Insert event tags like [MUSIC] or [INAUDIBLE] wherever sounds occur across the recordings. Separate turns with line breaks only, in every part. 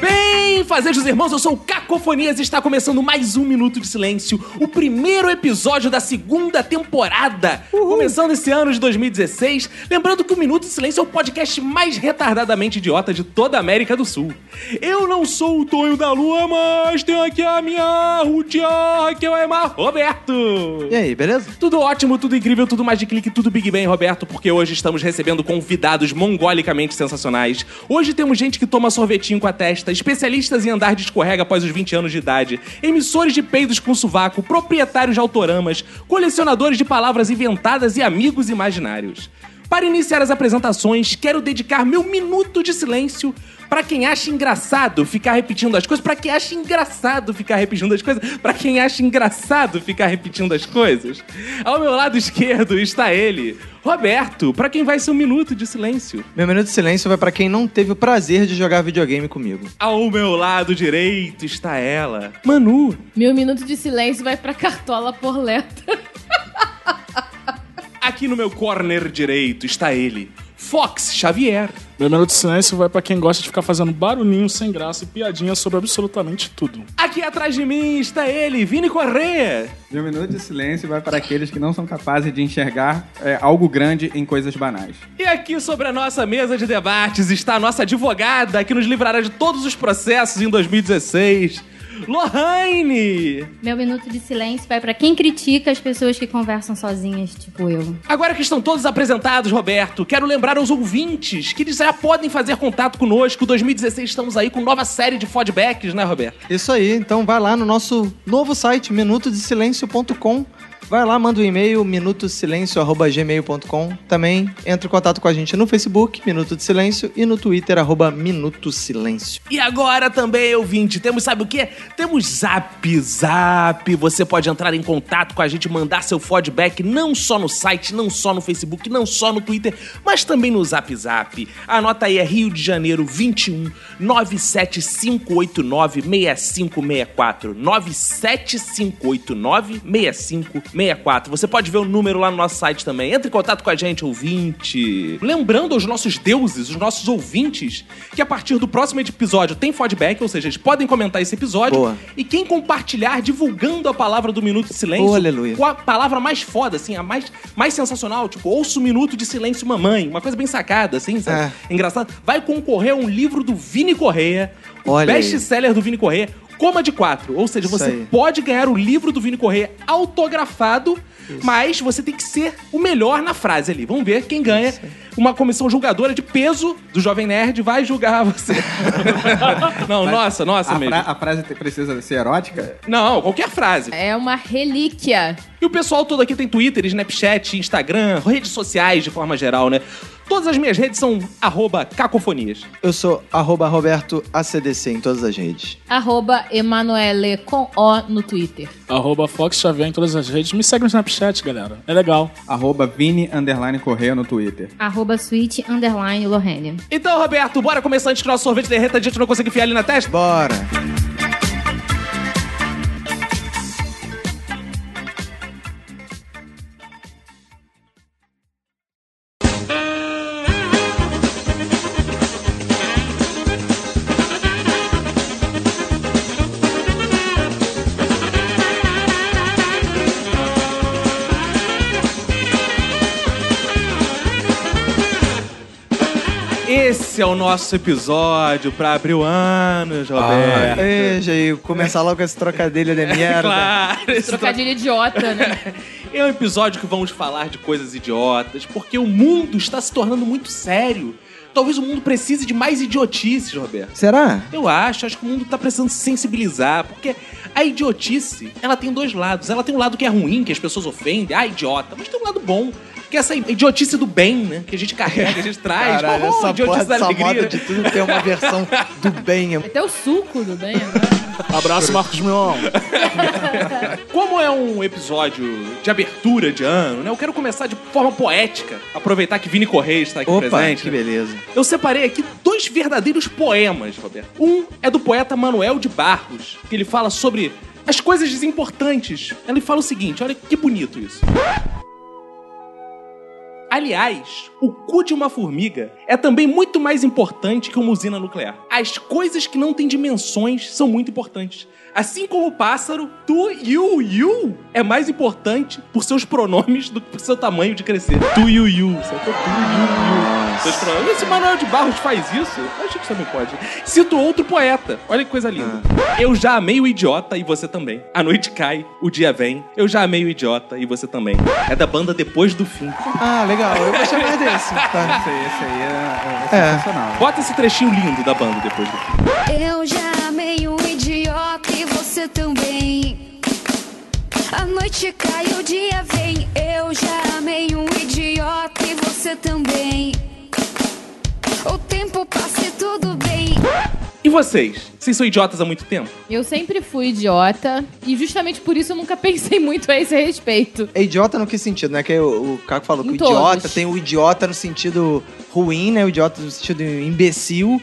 Bem, fazejos irmãos, eu sou o Cacofonias e está começando mais um Minuto de Silêncio, o primeiro episódio da segunda temporada, começando esse ano de 2016. Lembrando que o Minuto de Silêncio é o podcast mais retardadamente idiota de toda a América do Sul. Eu não sou o Tonho da Lua, mas tenho aqui a minha Rutia Raquel Aymar Roberto.
E aí, beleza?
Tudo ótimo, tudo incrível, tudo mais de clique, tudo Big Bang, Roberto, porque hoje estamos recebendo convidados mongolicamente sensacionais. Hoje temos gente que toma sorvetinho com a testa, especialistas em andar de escorrega após os 20 anos de idade, emissores de peidos com sovaco, proprietários de autoramas, colecionadores de palavras inventadas e amigos imaginários. Para iniciar as apresentações, quero dedicar meu minuto de silêncio para quem acha engraçado ficar repetindo as coisas, para quem acha engraçado ficar repetindo as coisas, para quem acha engraçado ficar repetindo as coisas. Ao meu lado esquerdo está ele, Roberto, para quem vai ser um minuto de silêncio.
Meu minuto de silêncio vai pra quem não teve o prazer de jogar videogame comigo.
Ao meu lado direito está ela, Manu.
Meu minuto de silêncio vai pra Cartola Porleta.
Aqui no meu corner direito está ele, Fox Xavier.
Meu minuto de silêncio vai pra quem gosta de ficar fazendo barulhinho sem graça e piadinha sobre absolutamente tudo.
Aqui atrás de mim está ele, Vini Correa.
Meu minuto de silêncio vai para aqueles que não são capazes de enxergar é, algo grande em coisas banais.
E aqui sobre a nossa mesa de debates está a nossa advogada que nos livrará de todos os processos em 2016. Lohane!
Meu minuto de silêncio vai pra quem critica as pessoas que conversam sozinhas, tipo eu.
Agora que estão todos apresentados, Roberto, quero lembrar aos ouvintes que eles já podem fazer contato conosco. 2016 estamos aí com nova série de feedbacks, né, Roberto?
Isso aí, então vai lá no nosso novo site, minutodesilencio.com. Vai lá, manda um e-mail, minutosilencio.gmail.com. Também entra em contato com a gente no Facebook, Minuto de Silêncio, e no Twitter, arroba Minuto Silêncio.
E agora também, ouvinte, temos, sabe o quê? Temos Zap Zap. Você pode entrar em contato com a gente, mandar seu feedback, não só no site, não só no Facebook, não só no Twitter, mas também no Zap Zap. Anota aí, é Rio de Janeiro 21 97589 6564. 97589 6564. Você pode ver o número lá no nosso site também. Entre em contato com a gente, ouvinte. Lembrando aos nossos deuses, os nossos ouvintes, que a partir do próximo episódio tem feedback, ou seja, eles podem comentar esse episódio.
Boa.
E quem compartilhar divulgando a palavra do Minuto de Silêncio,
Oh, aleluia.
com a palavra mais foda, assim, a mais, mais sensacional, tipo, ouça o Minuto de Silêncio Mamãe, uma coisa bem sacada, assim, sabe?
É.
Engraçado. Vai concorrer a um livro do Vini Correia, o
Olha aí.
best-seller do Vini Correia, Coma de Quatro. Ou seja,
Isso
você
aí.
pode ganhar o livro do Vini Correia autografado, mas você tem que ser o melhor na frase ali. Vamos ver quem ganha. Uma comissão julgadora de peso do Jovem Nerd vai julgar você. Não, nossa, nossa
A,
mesmo.
fra- a frase te- precisa ser erótica?
Não, qualquer frase.
É uma relíquia.
E o pessoal todo aqui tem Twitter, Snapchat, Instagram, redes sociais de forma geral, né? Todas as minhas redes são arroba cacofonias.
Eu sou arroba Roberto ACDC em todas as redes.
Arroba Emanuele com O no Twitter.
Arroba Fox Xavier em todas as redes. Me segue no Snapchat, galera. É legal.
Arroba Vini Underline Correia no Twitter.
Arroba suíte underline Lorraine.
Então, Roberto, bora começar antes que o nosso sorvete derreta, a gente não consegue enfiar ele na testa?
Bora!
Esse é o nosso episódio pra abrir o ano, Roberto.
Veja aí, começar logo esse trocadilho [LAUGHS] de merda.
claro, esse
Trocadilho idiota, né?
[LAUGHS]
É um episódio que vamos falar de coisas idiotas, porque o mundo está se tornando muito sério. Talvez o mundo precise de mais idiotices, Roberto.
Será?
Eu acho, acho que o mundo tá precisando se sensibilizar, porque a idiotice, ela tem dois lados. Ela tem um lado que é ruim, que as pessoas ofendem, ah, idiota, mas tem um lado bom. que é essa idiotice do bem, né? Que a gente carrega, que a gente traz.
Caralho,
Oh,
essa
idiotice
porra,
da
essa
alegria.
moda de tudo tem uma versão do [LAUGHS] bem. é-
Até o suco do bem né? agora.
Abraço, Marcos Mion.
Como é um episódio de abertura de ano, né? Eu quero começar de forma poética. Aproveitar que Vini Correia está aqui
Opa,
presente.
que
né?
beleza.
Eu separei aqui dois verdadeiros poemas, Roberto. Um é do poeta Manuel de Barros, que ele fala sobre as coisas desimportantes. Ele fala o seguinte: olha que bonito isso. Aliás, o cu de uma formiga é também muito mais importante que uma usina nuclear. As coisas que não têm dimensões são muito importantes. Assim como o pássaro, tu, you, you, é mais importante por seus pronomes do que por seu tamanho de crescer. Tu, you, you. Sacou? Tu, you, you. Seus pronomes. Esse Manuel de Barros faz isso? Eu Acho que você não pode. Cito outro poeta. Olha que coisa linda. Eu já amei o idiota e você também. A noite cai, o dia vem. Eu já amei o idiota e você também. É da banda Depois do Fim.
Ah, legal. Eu vou chamar [LAUGHS] desse. Tá.
Esse aí, esse aí é, é
É.
sensacional.
Bota esse trechinho lindo da banda depois do filme.
Eu já amei um idiota e você também. A noite cai, o dia vem. Eu já amei um idiota e você também. O tempo passa e tudo bem.
E vocês? Vocês são idiotas há muito tempo?
Eu sempre fui idiota e justamente por isso eu nunca pensei muito a esse respeito.
É idiota no que sentido, né? Que o, o Caco falou que
Em
o idiota
todos.
tem o idiota no sentido ruim, né? O idiota no sentido imbecil.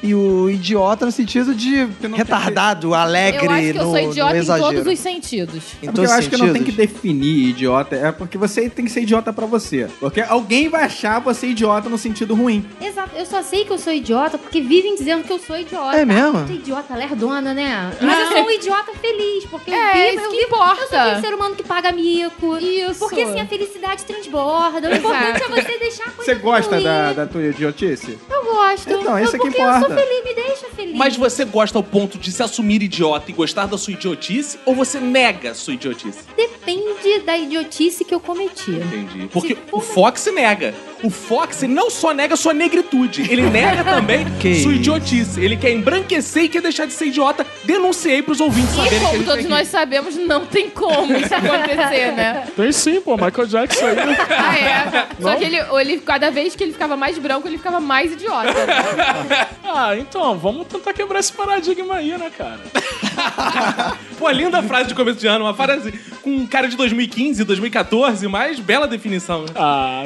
E o idiota no sentido de
não
retardado, alegre,
eu acho que eu
no,
sou idiota
no
em
exagero.
todos os sentidos.
Em
É porque eu
todos
acho
os
que não tem que
sentidos.
definir idiota, é porque você tem que ser idiota pra você. Porque alguém vai achar você idiota no sentido ruim.
Exato, eu só sei que eu sou idiota porque vivem dizendo que eu sou idiota.
É mesmo?
Eu sou idiota, lerdona, né? Mas eu sou um idiota feliz, porque eu
É,
vivo,
isso
eu
que
vivo,
importa.
eu sou aquele ser humano que paga mico.
Isso.
Porque assim, a felicidade transborda. O importante é você deixar a coisa
Você gosta
fluir.
da, da tua idiotice?
Eu gosto.
Então, isso
eu,
é que
porque eu
importa.
sou feliz, me deixa feliz.
Mas você gosta ao ponto de se assumir idiota e gostar da sua idiotice? Ou você nega a sua idiotice?
Depende da idiotice que eu cometi.
Entendi. Porque
Se for
o Fox nega. O Fox não só nega sua negritude, ele nega também
Que
sua
isso.
idiotice. Ele quer embranquecer e quer deixar de ser idiota. Denunciei pros ouvintes
E
saberem que
como
ele
todos
tá aqui.
nós sabemos, não tem como isso acontecer, né?
Tem sim, pô, Michael Jackson aí. né?
Ah, é. Só que ele, ele, cada vez que ele ficava mais branco, ele ficava mais idiota.
[LAUGHS] Ah, então, vamos tentar quebrar esse paradigma aí, né, cara?
Pô, linda frase de começo de ano. Uma frase com um cara de 2015, 2014, mas bela definição. né?
Ah,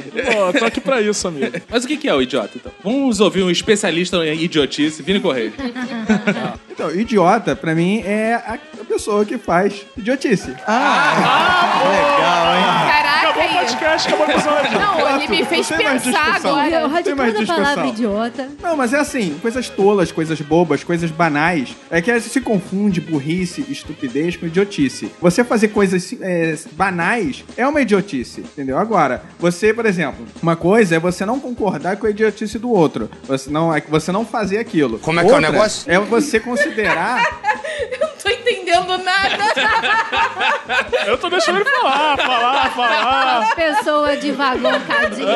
pô, tô aqui pra isso, amigo.
Mas o que que é o idiota, então? Vamos ouvir um especialista em idiotice, Vini Correia.
Então, idiota, pra mim, é a a pessoa que faz idiotice.
Caraca,
Acabou o
aí.
podcast, acabou o episódio.
Não, ele me
Exato.
fez
Não tem mais
pensar
discussão.
agora.
Então, Tem mais
radicando a palavra
discussão.
idiota.
Não, mas é assim, coisas tolas, coisas bobas, coisas banais. É que se confunde burrice, estupidez com idiotice. Você fazer coisas é, banais é uma idiotice, entendeu? Agora, você, por exemplo, uma coisa é você não concordar com a idiotice do outro. Você não, é que você não fazer aquilo. Como é que é o negócio? É você considerar.
Não tô entendendo nada.
Eu tô deixando Então ele falar, falar, falar.
Pessoa devagar, um cadinho.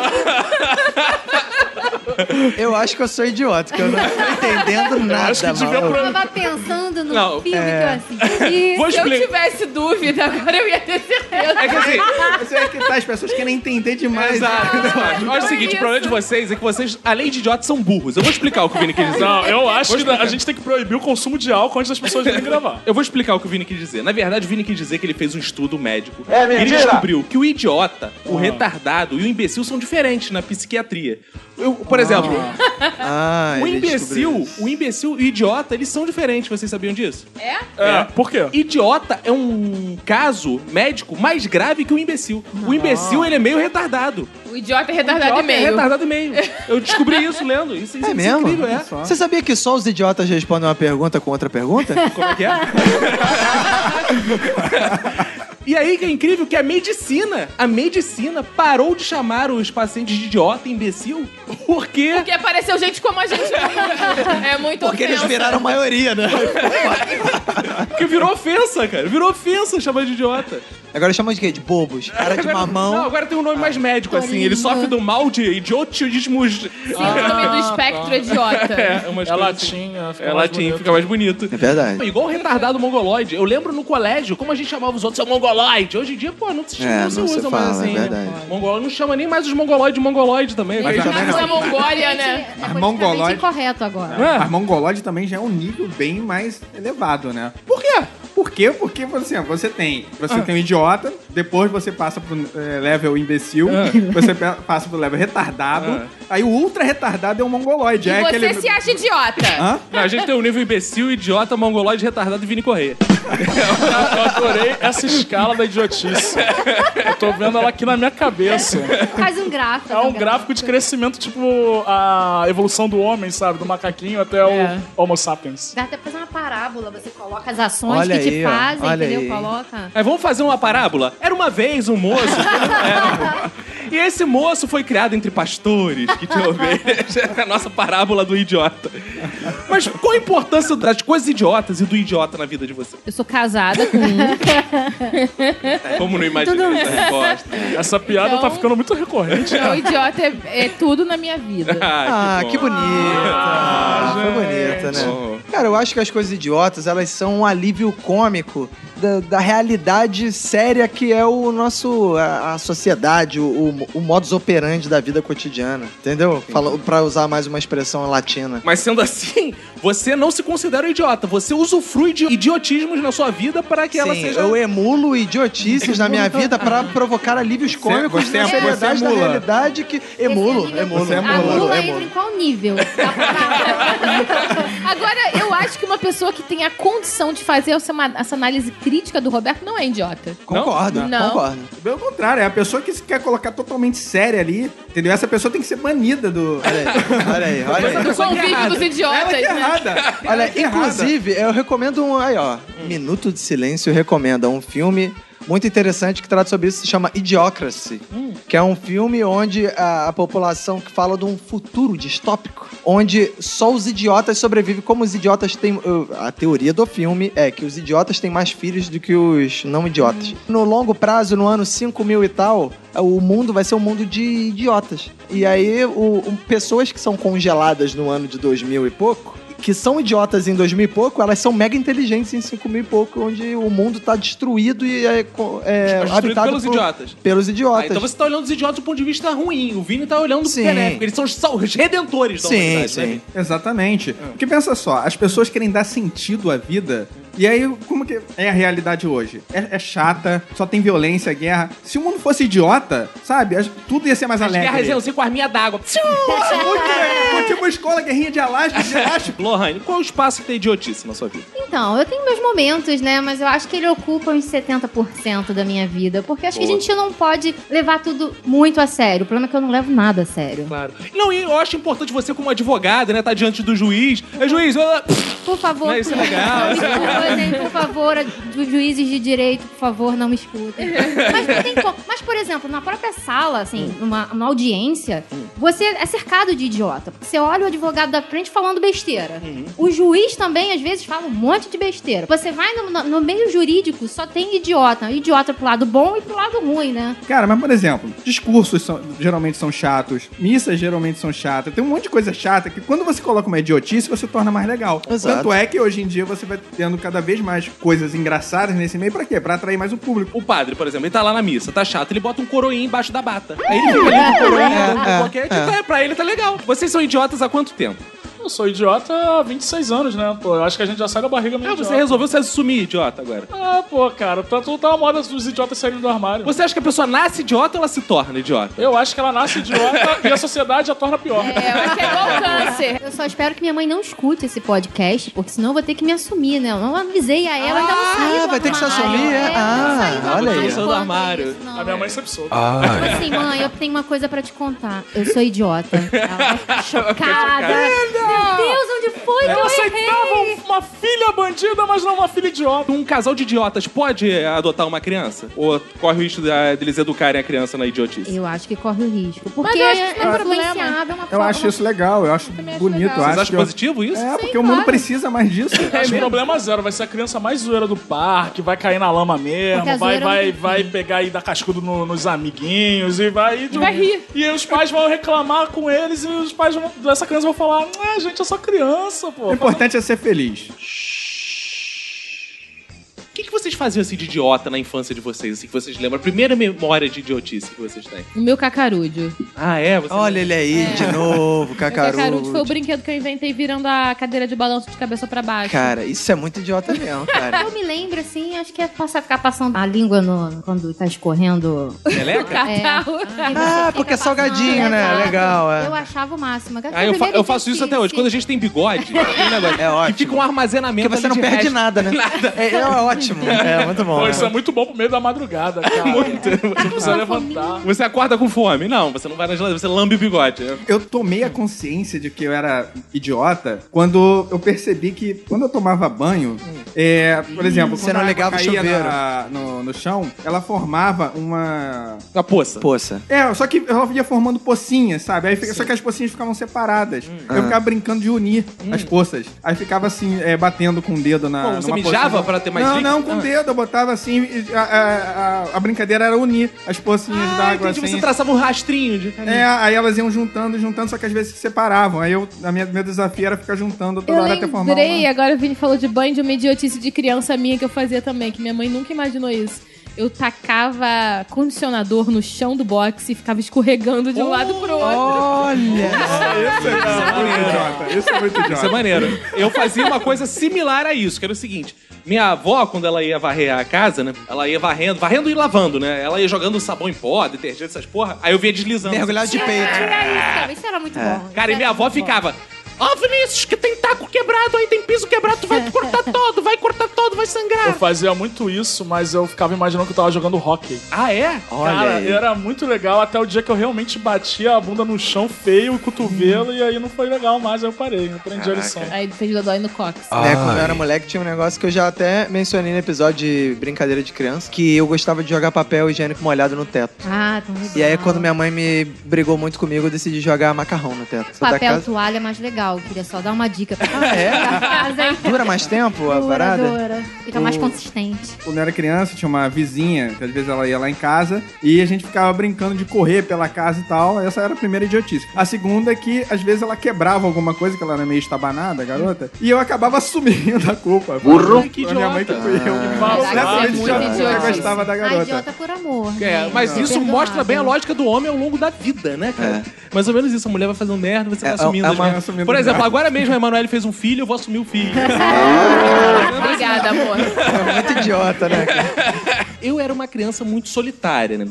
Eu acho que eu sou idiota, que eu não tô entendendo nada,
Acho que devia
maluco.
Eu tava pensando no
Não,
filme que eu assisti.
Vou
Se eu
explicar.
tivesse dúvida, agora eu ia ter certeza.
É que assim,
você é que tá, as pessoas querem entender demais.
exato. [LAUGHS] exato. Olha ah, o
foi
seguinte,
isso.
o problema de vocês é que vocês, além de idiotas, são burros. Eu vou explicar o que o Vini quis dizer.
Não, eu acho que a gente tem que proibir o consumo de álcool antes das pessoas virem gravar.
Eu vou explicar o que o Vini quis dizer. Na verdade, o Vini quis dizer que ele fez um estudo médico. É mentira. Ele descobriu que o idiota, o
Ah.
retardado e o imbecil são diferentes na psiquiatria. Eu, por exemplo,
Ah,
o
ele descobriu
imbecil,
isso.
o imbecil e o idiota, eles são diferentes. Vocês sabiam disso?
É?
É, por quê?
Idiota é um caso médico mais grave que o imbecil. O imbecil, ele é meio retardado.
O idiota é retardado e
Idiota É
meio.
retardado e meio. Eu descobri isso lendo. Isso, isso,
[LAUGHS] É
isso
mesmo?
incrível, é.
Você sabia que só os idiotas respondem uma pergunta com outra [LAUGHS] pergunta?
Como é que é? [LAUGHS] E aí que é incrível que a medicina, a medicina parou de chamar os pacientes de idiota, imbecil, porque
Porque apareceu gente como a gente. É muito
Porque eles
ofensa.
viraram maioria, né?
porque virou ofensa, cara. Virou ofensa chamar de idiota.
Agora chama de quê? De bobos. Cara Tá de
Agora- Não,
mamão.
agora tem um nome
Ah,
mais médico, assim. Ele sofre do mal de idiotismos.
Síndrome do espectro idiota.
[LAUGHS] É, umas coisas
É
assim.
latinha, fica
É
mais
latim,
bonito.
fica mais bonito.
É verdade.
Igual o retardado mongoloide. Eu lembro no colégio, como a gente chamava os outros, seu mongoloide. mongoloide. Hoje em dia, pô, não se,
É,
não se
não se
usa mais
fala, é
assim. né?
verdade.
Mongoloide não chama nem mais os mongoloides de mongoloide também. né?
Mas
velho.
também
Mas
não.
a Mongólia, né?
É
Mas
politicamente
mongoloide-
incorreto agora.
É.
Mas mongoloide também já é um nível bem mais elevado, né? Por quê? Por quê? Porque assim, ó, você tem. Você
Ah.
tem um idiota, depois você passa pro eh, level imbecil,
Ah.
você pe- passa pro level retardado, aí o ultra retardado é um mongoloide.
E
é
você
aquele...
se acha idiota.
Hã?
Não, a gente tem o nível imbecil, idiota, mongoloide, retardado e Vini Correia.
[LAUGHS] Eu adorei essa escala da idiotice. Eu tô vendo ela aqui na minha cabeça.
Faz um gráfico.
É um gráfico de crescimento, tipo a evolução do homem, sabe? Do macaquinho até
É.
o Homo sapiens.
Dá até pra fazer uma parábola, você coloca as ações
Olha
que te
aí, ó.
fazem,
Olha
entendeu?
aí.
Coloca.
Aí vamos fazer uma parábola? Era uma vez um moço. que- é. E esse moço foi criado entre pastores que tinham ovelhas. É a nossa parábola do idiota. Mas qual a importância das coisas idiotas e do idiota na vida de você?
Eu sou casada com um.
[LAUGHS] Como não imaginei essa resposta?
Essa piada
Então-
tá ficando muito recorrente.
Então, idiota é, é tudo na minha vida.
Ah,
Ah, que, bonita. foi bonita, né?
Bom.
Cara, eu acho que as coisas idiotas, elas são um alívio cômico da, da realidade séria que é o nosso... a, a sociedade, o, o, o modus operandi da vida cotidiana, entendeu? Fala, pra usar mais uma expressão latina.
Mas sendo assim, você não se considera um idiota. Você usufrui de idiotismos na sua vida para que ela
Sim,
seja.
eu emulo idiotices na minha
[LAUGHS]
vida pra provocar alívios cômicos
você é-
na
você
seriedade da
emula.
realidade que... Emulo,
Esse é
emulo,
Você é
A
emula,
emulo,
Lula
emulo.
entra em qual nível?
Agora, eu acho que uma pessoa que tem a condição de fazer essa, ma- essa análise crítica do Roberto não é idiota.
Concordo,
Não?
concordo.
Pelo contrário, é a pessoa que se quer colocar totalmente séria ali, entendeu? Essa pessoa tem que ser banida do.
Olha aí, olha aí, olha aí.
tá
Do convívio dos
Ela
idiotas,
que é
né?
errada. Ela
Olha,
que é errada.
inclusive, eu recomendo um. Aí, ó. Minuto de Silêncio recomenda um filme muito interessante que trata sobre isso, se chama Idiocracy. Que é um filme onde a, a população que fala de um futuro distópico, onde só os idiotas sobrevivem. Como os idiotas têm. uh, A teoria do filme é que os idiotas têm mais filhos do que os não idiotas.
Hum.
No longo prazo, no ano 5 mil e tal, o mundo vai ser um mundo de idiotas. E aí, o- o- pessoas que são congeladas no ano de 2000 e pouco que são idiotas em 2000 e pouco, elas são mega inteligentes em 5000 e pouco, onde o mundo tá destruído e é, co- é
Tá Destruído
habitado
pelos
por-
idiotas.
Pelos
Ah,
idiotas.
então você tá olhando os idiotas do ponto de vista ruim. O Vini tá olhando do
Sim.
benéfico. Eles são os sal- os redentores da
Sim,
humanidade, né,
sim.
Vini?
Exatamente. Porque pensa só, as pessoas querem dar sentido à vida. E aí, como que é a realidade hoje? É, é chata, só tem violência, guerra. Se o mundo fosse idiota, sabe? as- tudo ia ser mais
As guerras
alegre.
iam ser com a arminha d'água. [LAUGHS]
Nossa, muito legal. Tipo escola, guerrinha de elástico, de elástico.
Lohane, qual é o espaço que tem idiotice na sua vida?
Então, eu tenho meus momentos, né? Mas eu acho que ele ocupa uns 70% da minha vida. Porque acho que a gente não pode levar tudo muito a sério. O problema é que eu não levo nada a sério.
Claro. Não, e eu acho importante você, como advogada, né, tá diante do juiz. É juiz, eu...
Por favor,
Não, isso é
por-
legal,
não
isso
me escutem, por favor, dos juízes de direito, por favor, não me escutem. Mas não tem como. Mas, por exemplo, na própria sala, assim, numa, numa audiência, você é cercado de idiota. Você olha o advogado da frente falando besteira. O juiz também, às vezes, fala um monte de besteira. Você vai no, no- no meio jurídico, só tem idiota. Idiota pro lado bom e pro lado ruim, né?
Cara, mas por exemplo, discursos são- geralmente são chatos, missas geralmente são chatas, tem um monte de coisa chata que quando você coloca uma idiotice, você torna mais legal.
Exato.
Tanto é que hoje em dia você vai tendo cada vez mais coisas engraçadas nesse meio, pra quê? Pra atrair mais o público.
O padre, por exemplo, ele tá lá na missa, tá chato, ele bota um coroinha embaixo da bata. Aí
[LAUGHS]
ele fica ali com o coroinha,
É,
dando
é,
boquete,
é.
tá, pra ele tá legal. Vocês são idiotas há quanto tempo?
Eu sou idiota há 26 anos, né? Pô, eu acho que a gente já sai da barriga meio
Ah,
idiota.
você resolveu se assumir idiota agora.
Ah, pô, cara, tá tudo tá uma moda dos idiotas saindo do armário.
Você acha que a pessoa nasce idiota ou ela se torna idiota?
Eu acho que ela nasce idiota e a sociedade a torna pior.
É, eu acho que é igual câncer.
Eu só espero que minha mãe não escute esse podcast, porque senão eu vou ter que me assumir, né? Eu não avisei a ela, então eu não saí
Ah,
do
vai ter que se
armário.
assumir, é?
É, eu não
Ah,
saí do
olha aí.
armário.
Saiu do armário.
Isso, não.
A minha mãe sempre soube.
Ah,
Tipo assim, mãe, eu tenho uma coisa pra te contar. Eu sou idiota. Ela
[LAUGHS]
vai ficar chocada. Meu Deus, onde foi que
Eu
eu
aceitava
errei?
um- uma filha bandida, mas não uma filha idiota.
Um casal de idiotas pode adotar uma criança? Ou corre o risco da- deles educarem a criança na idiotice?
Eu acho que corre o risco. Porque
Mas eu acho que isso não é
é
problema.
influenciável, é uma
Eu
forma-
acho isso legal, eu acho
também acho
bonito. eu
legal.
Vocês
acho
acham
que eu-
positivo isso?
É, porque o mundo precisa mais disso.
Acho que problema zero, vai ser a criança mais zoeira do parque, vai cair na lama
Porque a
mesmo, vai,
zoeira não
vai,
tem
vai pegar e dar cascudo no- nos amiguinhos e vai.
Vai rir.
E os pais vão reclamar com eles e os pais vão- dessa criança vão falar: Ah, gente, eu sou criança, pô.
O importante é ser feliz.
O que, que vocês faziam assim de idiota na infância de vocês, assim, que vocês lembram? A primeira memória de idiotice que vocês têm.
O meu cacarúdio.
Ah, é? Você
Olha ele aí de
[LAUGHS]
novo,
O cacarúdio foi o
Cacarudo.
brinquedo que eu inventei virando a cadeira de balanço de cabeça pra baixo.
Cara, isso é muito idiota mesmo, cara.
[LAUGHS] É,
Ah,
Eu me lembro, assim, acho que é passar, ficar passando a língua no, quando tá escorrendo.
O
Meleca?
catarro.
Ah, porque é salgadinho, né? Legal, é.
Eu achava o máximo. Aquela
Ah, eu, fa-
primeira
eu faço isso
idiotice.
até hoje. Quando a gente tem bigode, tem um negócio.
É
E
ótimo.
fica um armazenamento
Porque você
ali
não
de
perde
resto. [LAUGHS]
nada, né? É, é ótimo. É muito bom.
Pô,
né?
isso é muito bom pro meio da madrugada, cara. muito. Não precisa levantar.
Você acorda com fome. Não, você não vai na geladeira, você lambe o bigode.
Eu tomei a consciência de que eu era idiota quando eu percebi que quando eu tomava banho, é, por exemplo,
Você
quando
não
a água
ligava o
caía
chuveiro.
na- no, no chão, ela formava uma.
A poça.
Poça.
É, só que ela ia formando pocinhas, sabe? Aí fica- só que as pocinhas ficavam separadas. Eu ficava brincando de unir as poças. Aí ficava assim, é, batendo com o dedo na.
Pô, você
numa
mijava
pocinha.
pra ter mais
Não,
líquido?
não, com
Ah.
o dedo. Eu botava assim. e A, a- a- a brincadeira era unir as pocinhas
Ah,
d'água
entendi.
assim.
Você traçava um rastrinho de
É, aí elas iam juntando, juntando, só que às vezes se separavam. Aí eu, a minha, meu desafio era ficar juntando toda
Eu
hora até formar.
lembrei,
né?
agora o Vini falou de banho de uma idiotice de criança minha que eu fazia também, que minha mãe nunca imaginou isso. Eu tacava condicionador no chão do box e ficava escorregando de um lado
Uh!
pro
[LAUGHS]
outro.
Olha!
Isso é muito idiota. Isso é muito
Isso é
idiota.
maneiro. Eu fazia uma coisa similar a isso, que era o seguinte: minha avó, quando ela ia varrer a casa, né? Ela ia varrendo, varrendo e lavando, né? Ela ia jogando sabão em pó, detergente, essas porra. Aí eu via deslizando.
Mergulhado de peito.
Era isso, cara. é, Isso era muito
É.
bom.
Cara, e
Isso
minha
era
avó
muito bom.
ficava. Ó, Vinícius, que tem taco quebrado aí, tem piso quebrado, tu vai cortar todo, vai cortar todo, vai
Eu
sangrar.
fazia muito isso, mas eu ficava imaginando que eu tava jogando hockey.
Ah, é?
Olha
Cara,
aí.
era muito legal até o dia que eu realmente bati a bunda no chão feio, o cotovelo, e aí não foi legal mais, aí eu parei, eu aprendi a lição.
Aí fez dodói no cox.
Ah.
Né, quando eu era moleque, tinha um negócio que eu já até mencionei no episódio de Brincadeira de Criança, que eu gostava de jogar papel higiênico molhado no teto.
Ah, tão legal.
E aí, quando minha mãe me brigou muito comigo, eu decidi jogar macarrão no teto. Só da
Papel
casa-
toalha é mais legal. Queria só dar uma dica pra
[LAUGHS] Ah, é?
casa, hein?
Dura mais tempo a parada?
Dura, dura. Fica tá mais consistente.
Quando eu era criança, tinha uma vizinha, que às vezes ela ia lá em casa, e a gente ficava brincando de correr pela casa e tal. Essa era a primeira idiotice. A segunda é que, às vezes, ela quebrava alguma coisa, que ela era meio estabanada, a garota, e eu acabava [LAUGHS] assumindo a culpa. Burro.
Que
Minha mãe que
idiota.
fui eu.
Caraca, isso é muito
idiota, eu
idiotice.
gostava da
Ah,
garota.
idiota por amor.
É,
né?
mas
É
isso
perdoável.
mostra bem a lógica do homem ao longo da vida, né, cara?
É.
Mais ou menos isso. A mulher vai fazendo merda, você vai
É, é
assumindo.
uma-
as merdas.
assumindo
Por exemplo,
merda.
agora mesmo a Emanuele fez um filho, eu vou assumir
[LAUGHS]
o filho.
Obrigada, amor.
É muito idiota, né? cara?
eu era uma criança muito solitária, né?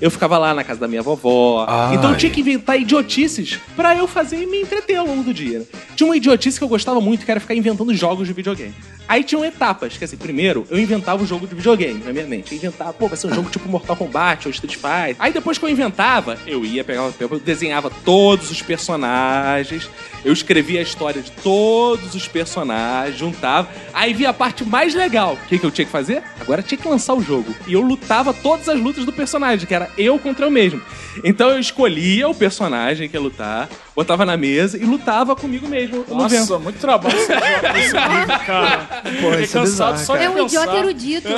Eu ficava lá na casa da minha vovó.
Ai.
Então eu tinha que inventar idiotices pra eu fazer e me entreter ao longo do dia. né? Tinha uma idiotice que eu gostava muito, que era ficar inventando jogos de videogame. Aí tinham etapas, que assim, primeiro eu inventava o jogo de videogame na minha mente. Eu inventava, pô, vai ser um jogo tipo Mortal Kombat ou Street Fighter. Aí depois que eu inventava, eu ia pegar o papel, eu desenhava todos os personagens, eu escrevia a história de todos os personagens, juntava. Aí via a parte mais legal. O que, que eu tinha que fazer? Agora tinha que lançar o jogo. E eu lutava todas as lutas do personagem, que era eu contra eu mesmo. Então eu escolhia o personagem que ia lutar, botava na mesa e lutava comigo mesmo. no vento.
Nossa, muito trabalho esse jogo, esse livro,
[LAUGHS]
cara. Fiquei
isso é
cansado
bizarro,
só de
né?
É um
pensar.
[LAUGHS]
idiota erudito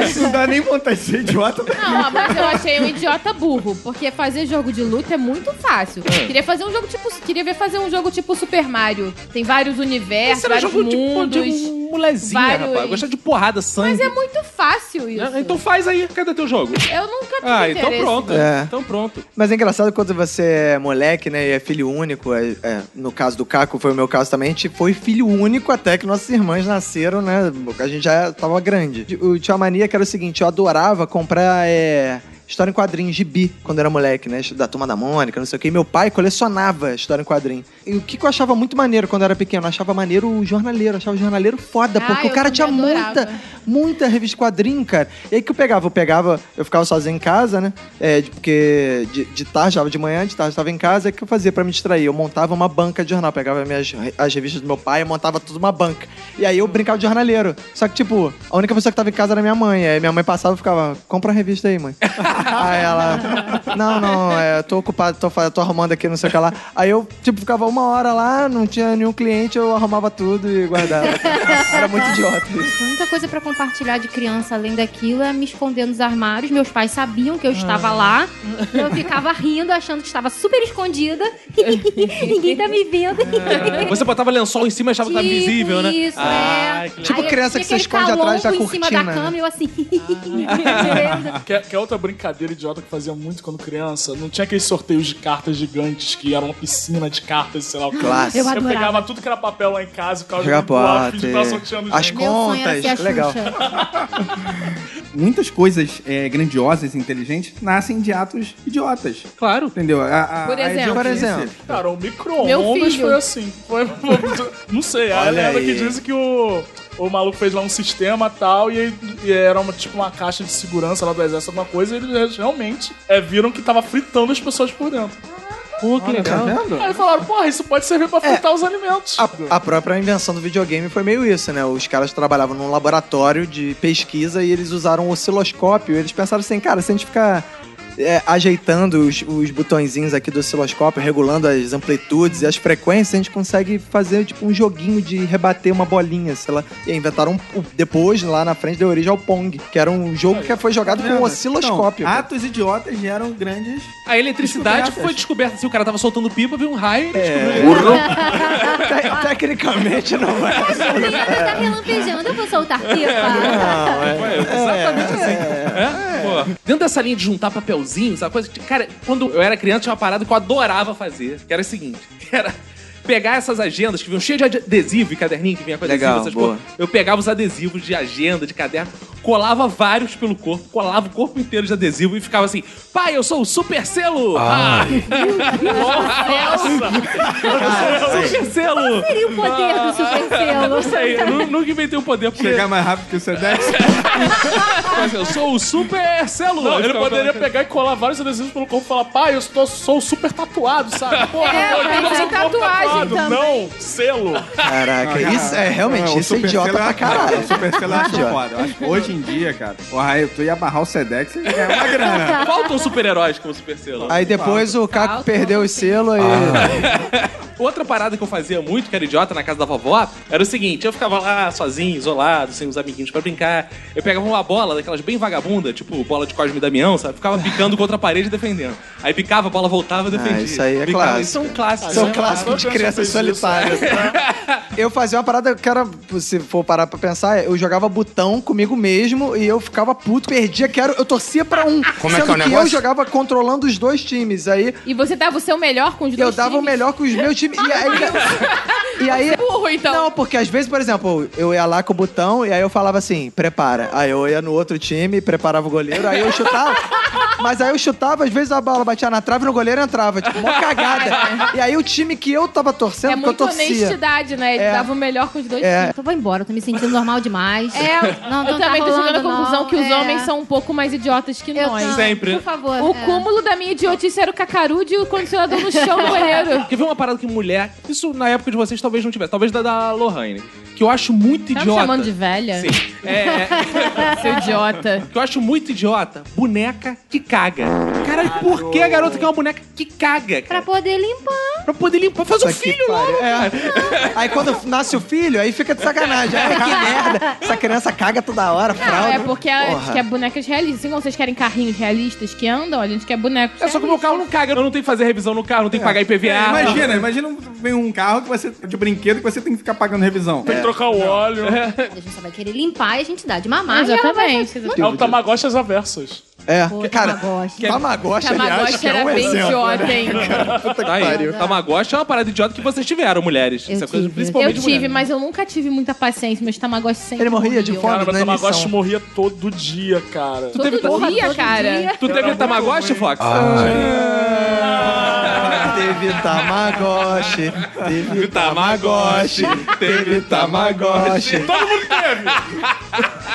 esse.
Não dá nem vontade de ser idiota.
Não, ó, mas eu achei um idiota burro, porque fazer jogo de luta é muito fácil.
É.
Queria fazer um jogo tipo, queria ver fazer um jogo tipo Super Mario. Tem vários universos,
Esse era
vários
jogo de,
mundos.
de
um-
molezinha,
vários-
rapaz. Gosta de porrada, sangue.
Mas é muito fácil isso.
Então faz aí, cadê teu jogo?
Eu nunca tive
Ah, então
interesse.
pronto.
É.
Então pronto.
Mas é engraçado quando você é moleque, né? E é filho único. é- é, no caso do Caco, foi o meu caso também. A gente foi filho único até que nossas irmãs nasceram, né? A gente já tava grande. Eu tinha uma mania que era o seguinte: eu adorava comprar. é, História em quadrinhos, gibi, quando eu era moleque, né? Da Turma da Mônica, não sei o quê. E Meu pai colecionava história em quadrinho. E o que que eu achava muito maneiro quando eu era pequeno? Eu achava maneiro o jornaleiro. Eu achava o jornaleiro foda,
Ah,
porque
eu
o cara tinha
também adorava.
muita, muita revista de quadrinho, cara. E aí que eu pegava? Eu pegava, eu ficava sozinho em casa, né? É, de- porque de, de tarde, tava de manhã, de tarde tava em casa, é que eu fazia pra me distrair. Eu montava uma banca de jornal, pegava minhas, re- as revistas do meu pai, eu montava tudo uma banca. E aí eu brincava de jornaleiro. Só que, tipo, a única pessoa que tava em casa era minha mãe. Aí minha mãe passava e ficava, compra a revista aí, mãe. aí ela, não, não, é, eu tô ocupado, tô, fa- tô arrumando aqui, não sei o que lá. Aí eu, tipo, ficava uma hora lá, não tinha nenhum cliente, eu arrumava tudo e guardava. era muito idiota isso.
A única coisa pra compartilhar de criança além daquilo é me esconder nos armários. Meus pais sabiam que eu
Ah.
estava lá. Eu ficava rindo, achando que estava super
[LAUGHS]
escondida. [LAUGHS] Ninguém tá me vendo.
É. Você botava lençol em cima e achava que tava
Tipo
invisível, né?
Ah,
isso, É.
que
Tipo
Aí
criança
eu
que se
fiquei
esconde atrás da
calombo em cima
cortina,
da
né?
cama e eu assim... [LAUGHS]
Que, é- que é outra brincadeira idiota que eu fazia muito quando criança. Não tinha aqueles sorteios de cartas gigantes que era uma piscina de cartas, sei lá o que.
Clássico.
Eu
Eu
adorava.
pegava tudo que era papel lá em casa, ficava
Jogar
jogando pro ar,
boate,
fiz pra sorteando os
as
gente.
Meu sonho era
contas,
ser a Xuxa.
legal.
Muitas coisas é, grandiosas e inteligentes nascem de atos idiotas.
Claro.
Entendeu? A- a-
ah,
Por
a
exemplo.
Por
idiotice-
exemplo,
Cara, o
Meu
micro-ondas
filho.
foi assim. Foi- não sei, a
Olha
lenda que
aí.
dizem que o, o maluco fez lá um sistema tal, e, aí- e era uma, tipo uma caixa de segurança lá do exército, alguma coisa, e eles realmente é, viram que tava fritando as pessoas por dentro.
Pô,
Tá
que legal.
vendo?
Aí falaram, porra, isso pode servir pra fritar os alimentos.
A, a própria invenção do videogame foi meio isso, né? Os caras trabalhavam num laboratório de pesquisa e eles usaram um osciloscópio. Eles pensaram assim, cara, se a gente ficar é, ajeitando os, os botõezinhos aqui do osciloscópio, regulando as amplitudes e as frequências, a gente consegue fazer tipo um joguinho de rebater uma bolinha, sei lá. E aí inventaram um- depois, lá na frente, deu origem ao Pong, que era um jogo que foi jogado com um
Então,
osciloscópio. cara.
atos idiotas geram grandes.
A eletricidade
Descobertas.
foi descoberta. Se o cara tava soltando pipa, viu um raio.
Burro.
Te- tecnicamente não é.
A menina tá relampejando, eu vou soltar Tá pipa.
né?
é.
É,
Exatamente assim. É? Pô. Dentro dessa linha de juntar papelzinho, essa coisa. que, Cara, quando eu era criança, tinha uma parada que eu adorava fazer, que era o seguinte: [LAUGHS] que era pegar essas agendas que vinham cheio de ade- adesivo e caderninho que vinha com adesivo,
Legal,
essas
boa.
coisas. Eu pegava os adesivos de agenda, de caderno, colava vários pelo corpo, colava o corpo inteiro de adesivo e ficava assim: pai, eu sou o super selo! Ah. [LAUGHS] Nossa! Eu sou o super selo!
Seria o poder do super
[LAUGHS] É.
Não sei, eu
selo.
nu- nunca inventei o poder porque.
Chegar é mais rápido que o Sedex.
Mas eu sou o super selo!
Não,
Eu
ele
ficava
poderia
falando-
pegar e colar vários adesivos pelo corpo e falar, pai, eu estou- sou super
[LAUGHS]
tatuado, sabe? Porra,
É,
eu sou
mas é
um corpo
tatuagem
tatuado.
também.
Não, selo.
Caraca, isso é realmente,
Não, um o
isso é
Super
idiota
Selo
pra caralho.
O Super Selo eu acho
Idiota.
foda. Eu acho que hoje em dia, cara, o Raio, tu ia barrar o Sedex e ganhar uma grana.
[LAUGHS] Faltam super-heróis como super selo.
Aí depois o Caco perdeu o selo e.
Ah.
Outra parada que eu fazia muito, que era idiota, na casa da vovó, era o seguinte: eu ficava lá sozinho, isolado, sem os amiguinhos pra brincar. Eu pegava uma bola daquelas bem vagabunda, tipo bola de Cosme e Damião, sabe? Ficava picando contra a parede e defendendo. Aí picava, a bola voltava e
Ah,
defendia.
isso aí é
Picava.
clássico.
Isso é um clássico.
São
né?
clássicos de
criança
crianças
fez isso.
solitárias. eu fazia uma parada que era, se for parar pra pensar, eu jogava botão comigo mesmo e eu ficava puto, perdia, quero, eu torcia pra um.
Como é
sendo
que é o negócio?
eu jogava controlando os dois times. Aí
E você dava o seu melhor com os dois
eu dava o
times?
melhor com os meus times. E aí. [LAUGHS] e aí
Burro, então.
Não, porque às vezes, por exemplo, eu ia lá com o botão e aí eu falava assim, prepara. Aí eu ia no outro time, preparava o goleiro, aí eu
[LAUGHS]
chutava. Mas aí eu chutava, às vezes a bola batia na trave e no goleiro entrava. Tipo,
[LAUGHS]
mó cagada. E aí o time que eu tava torcendo,
É
que eu
muita
torcia.
honestidade, né? Ele
É.
dava o melhor com os dois
É.
times.
Então vou embora, eu tô me sentindo normal demais.
É,
Não,
eu
não tá
também tô chegando à
rolando,
conclusão
não.
que os
É.
homens são um pouco mais idiotas que
Eu
nós.
não,
Sempre.
Por favor.
O
é.
cúmulo da minha idiotice era o cacarude e o condicionador no chão do banheiro.
Quer ver uma parada que mulher. Isso na época de vocês talvez não tivesse, talvez da, da Lohane. Que eu acho muito
Tá me
idiota.
chamando de velha?
Sim. É, é,
Seu idiota.
que eu acho muito idiota, boneca que caga. Caralho,
Ah,
por que a garota quer uma boneca que caga?
Pra
Cara?
poder limpar.
Pra, poder limpar. Faz um
Puta que
filho
pariu.
logo,
É. Aí quando nasce o filho, aí fica de sacanagem. Ai, que merda. Essa criança caga toda hora,
Não,
fralda.
é porque a gente
Porra.
quer bonecas realistas. Assim como vocês querem carrinhos realistas que andam, a gente quer bonecos né?
É só que o meu carro não caga, eu não tenho que fazer revisão no carro, não tenho que pagar IPVA.
É. Imagina, imagina um- vem um carro que você, de brinquedo que você tem que ficar pagando revisão. É.
Tem que trocar o óleo.
É,
A gente só vai querer limpar e a gente dá de
Ah,
mamar. e ela vai-
Exatamente.
É o Tamagotchi às aversas.
É,
tá
Pô,
cara.
Tamagotchi.
Tamagotchi, aliás,
Tamagotchi
que é
era
um
bem
exemplo. um
idiota, hein?
Tá aí. Tamagotchi é uma parada idiota que vocês tiveram, mulheres.
Eu
Isso é coisa
tive.
Eu
principalmente de
tive,
mulher.
mas eu nunca tive muita paciência. Meus Tamagotchi sempre
Ele morria de
morriam.
fome? né,
Cara, meu
na
Tamagotchi
emissão.
morria todo dia, cara.
Tu teve,
Todo dia,
todo
cara.
dia.
tu teve Tamagotchi, Fox?
Ah, Teve Tamagotchi, teve Tamagotchi, teve Tamagotchi.
Todo mundo teve.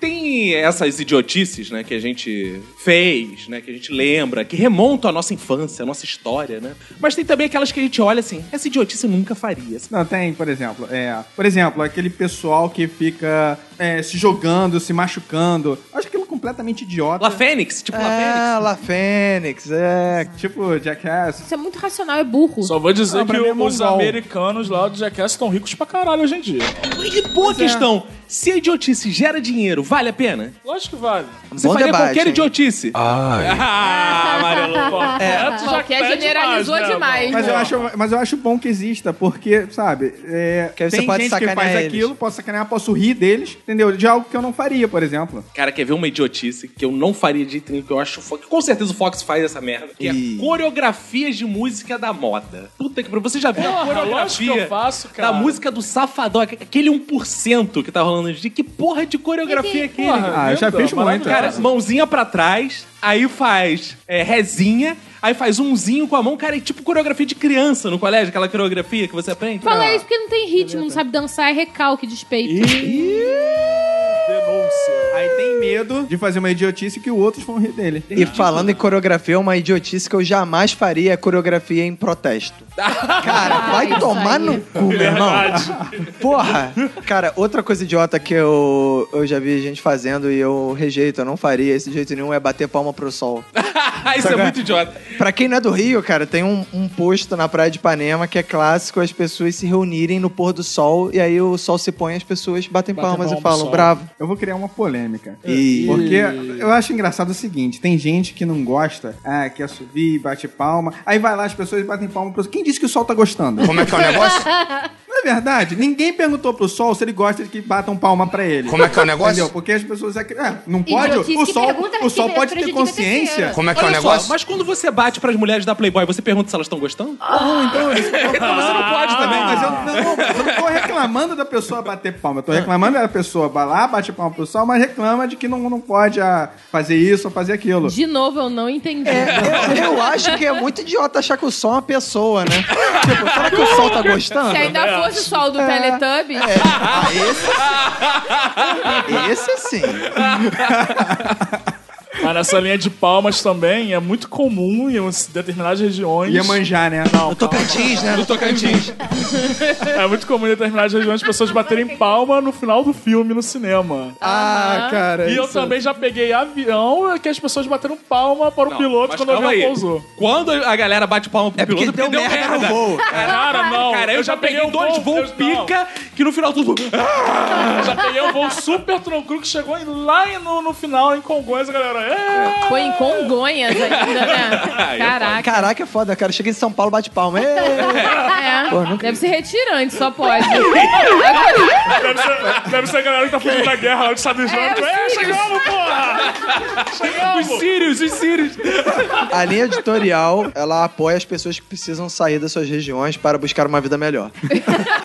Tem essas idiotices, né, que a gente fez, né, que a gente lembra, que remontam à nossa infância, à nossa história, né? Mas tem também aquelas que a gente olha assim, essa idiotice eu nunca faria.
Não, tem, por exemplo. É, por exemplo, aquele pessoal que fica é, se jogando, se machucando. Acho aquilo completamente idiota.
La Fênix, tipo La Fênix.
É, La Fênix, é.
Tipo, Jackass.
Isso é muito racional, é burro.
Só vou dizer
Ah, pra
que
mim é
os
mongol.
americanos lá do Jackass estão ricos pra caralho hoje em dia.
é.
E boa questão. Se a idiotice gera dinheiro, vale a pena?
Lógico que vale.
Você
Bom
faria
debate, né?
qualquer
hein?
idiotice.
Ai,
Ah, Marilu.
Correto, já
Qualquer
pede
generalizou
mais, né,
demais,
mano?
né?
Mas eu, acho, mas eu acho bom que exista, porque, sabe, é,
Porque aí você
tem
pode
gente que
sacanear
faz
eles.
aquilo, posso sacanear, posso rir deles, entendeu? De algo que eu não faria, por exemplo.
Cara, quer ver uma idiotice que eu não faria de trinco, que eu acho fo- que com certeza o Fox faz essa merda, que
Ih.
é coreografias de música da moda. Puta que pariu, você já viu a
Porra, lógico que eu
coreografia
faço, cara.
da música do Safadão, aqu- aquele 1% que tá rolando hoje em dia? Que porra de coreografia é aquele?
Porra,
Ah, eu já
linda,
fiz muito.
Cara,
maravilhosa.
mãozinha pra trás, aí faz é, rezinha, aí faz umzinho com a mão, cara, é tipo coreografia de criança no colégio, aquela coreografia que você aprende.
Fala é isso porque não tem ritmo, não sabe dançar, é recalque, despeito.
Denúncia.
Aí tem medo de fazer uma idiotice que os outros vão rir dele.
E falando em coreografia, uma idiotice que eu jamais faria é coreografia em [LAUGHS] protesto. Cara, vai
isso
tomar
aí.
no cu, meu irmão. Porra! Cara, outra coisa idiota que eu, eu já vi gente fazendo e eu rejeito, eu não faria esse de jeito nenhum, é bater palma pro sol.
isso é muito idiota.
Pra quem não é do Rio, cara, tem um, um posto na Praia de Ipanema que é clássico as pessoas se reunirem no pôr do sol e aí o sol se põe as pessoas batem,
Batem
palmas
palma
e
pro
falam,
sol.
bravo.
Eu vou criar uma polêmica.
E-
Porque eu acho engraçado o seguinte: tem gente que não gosta, ah, quer subir, bate palma. Aí vai lá, as pessoas batem palma pro Quem disse que o sol tá gostando?
como é que é o negócio?
Não é verdade? Ninguém perguntou pro sol se ele gosta de que batam palma pra ele.
Como é que é o negócio?
Entendeu? Porque as pessoas. É, que- é, não pode?
Idiotice
O
que
sol,
pergunta
o
que
sol pode ter
prejudica
consciência.
terceiro.
Como é que é o
Olha só,
negócio?
mas quando você bate pras mulheres da Playboy, você pergunta se elas estão gostando?
Não, então, isso-
[LAUGHS] Então você não pode também.
Mas eu não,
[LAUGHS]
eu não tô reclamando da pessoa bater palma.
É.
Eu tô reclamando da pessoa vai lá, bate palma pro sol, mas reclama de que não, não pode ah, fazer isso ou fazer aquilo.
De novo, eu não entendi.
É, Eu, eu [LAUGHS] acho que é muito idiota achar que o sol é uma pessoa, né? tipo, será que o sol tá gostando?
Se ainda fosse o sol do Teletubbies,
Ah, esse, esse sim.
Mas nessa linha de palmas também é muito comum em uns- determinadas regiões.
Ia manjar, né?
Não, calma.
Tocantins, né?
é muito comum em determinadas regiões as pessoas baterem
é?
palma no final do filme no cinema.
Ah, cara.
e eu
isso-
também já peguei avião é que as pessoas bateram palma para o
Não,
piloto
mas
quando o
calma
avião
aí.
pousou.
Quando a galera bate palma pro
É porque
piloto,
deu merda no voo.
Cara, não.
É. Cara, eu já peguei
um
dois
voo-
voos
eu- não.
pica que no final tudo.
Eu já peguei um voo super troncudo que chegou em- lá em- no, no final, em Congonhas, a galera. "É!"
foi em Congonhas ainda,
[LAUGHS]
né? Caraca.
Caraca, é foda, cara. Chega em São Paulo, bate palma. Ê!
É.
Pô, nunca-
Deve ser retirante, só pode.
Deve ser, deve ser a galera que tá fugindo da guerra lá do Estado Islâmico. É, chegamos, porra! Chegamos!
Os sírios, os sírios.
A linha editorial, ela apoia as pessoas que precisam sair das suas regiões para buscar uma vida melhor.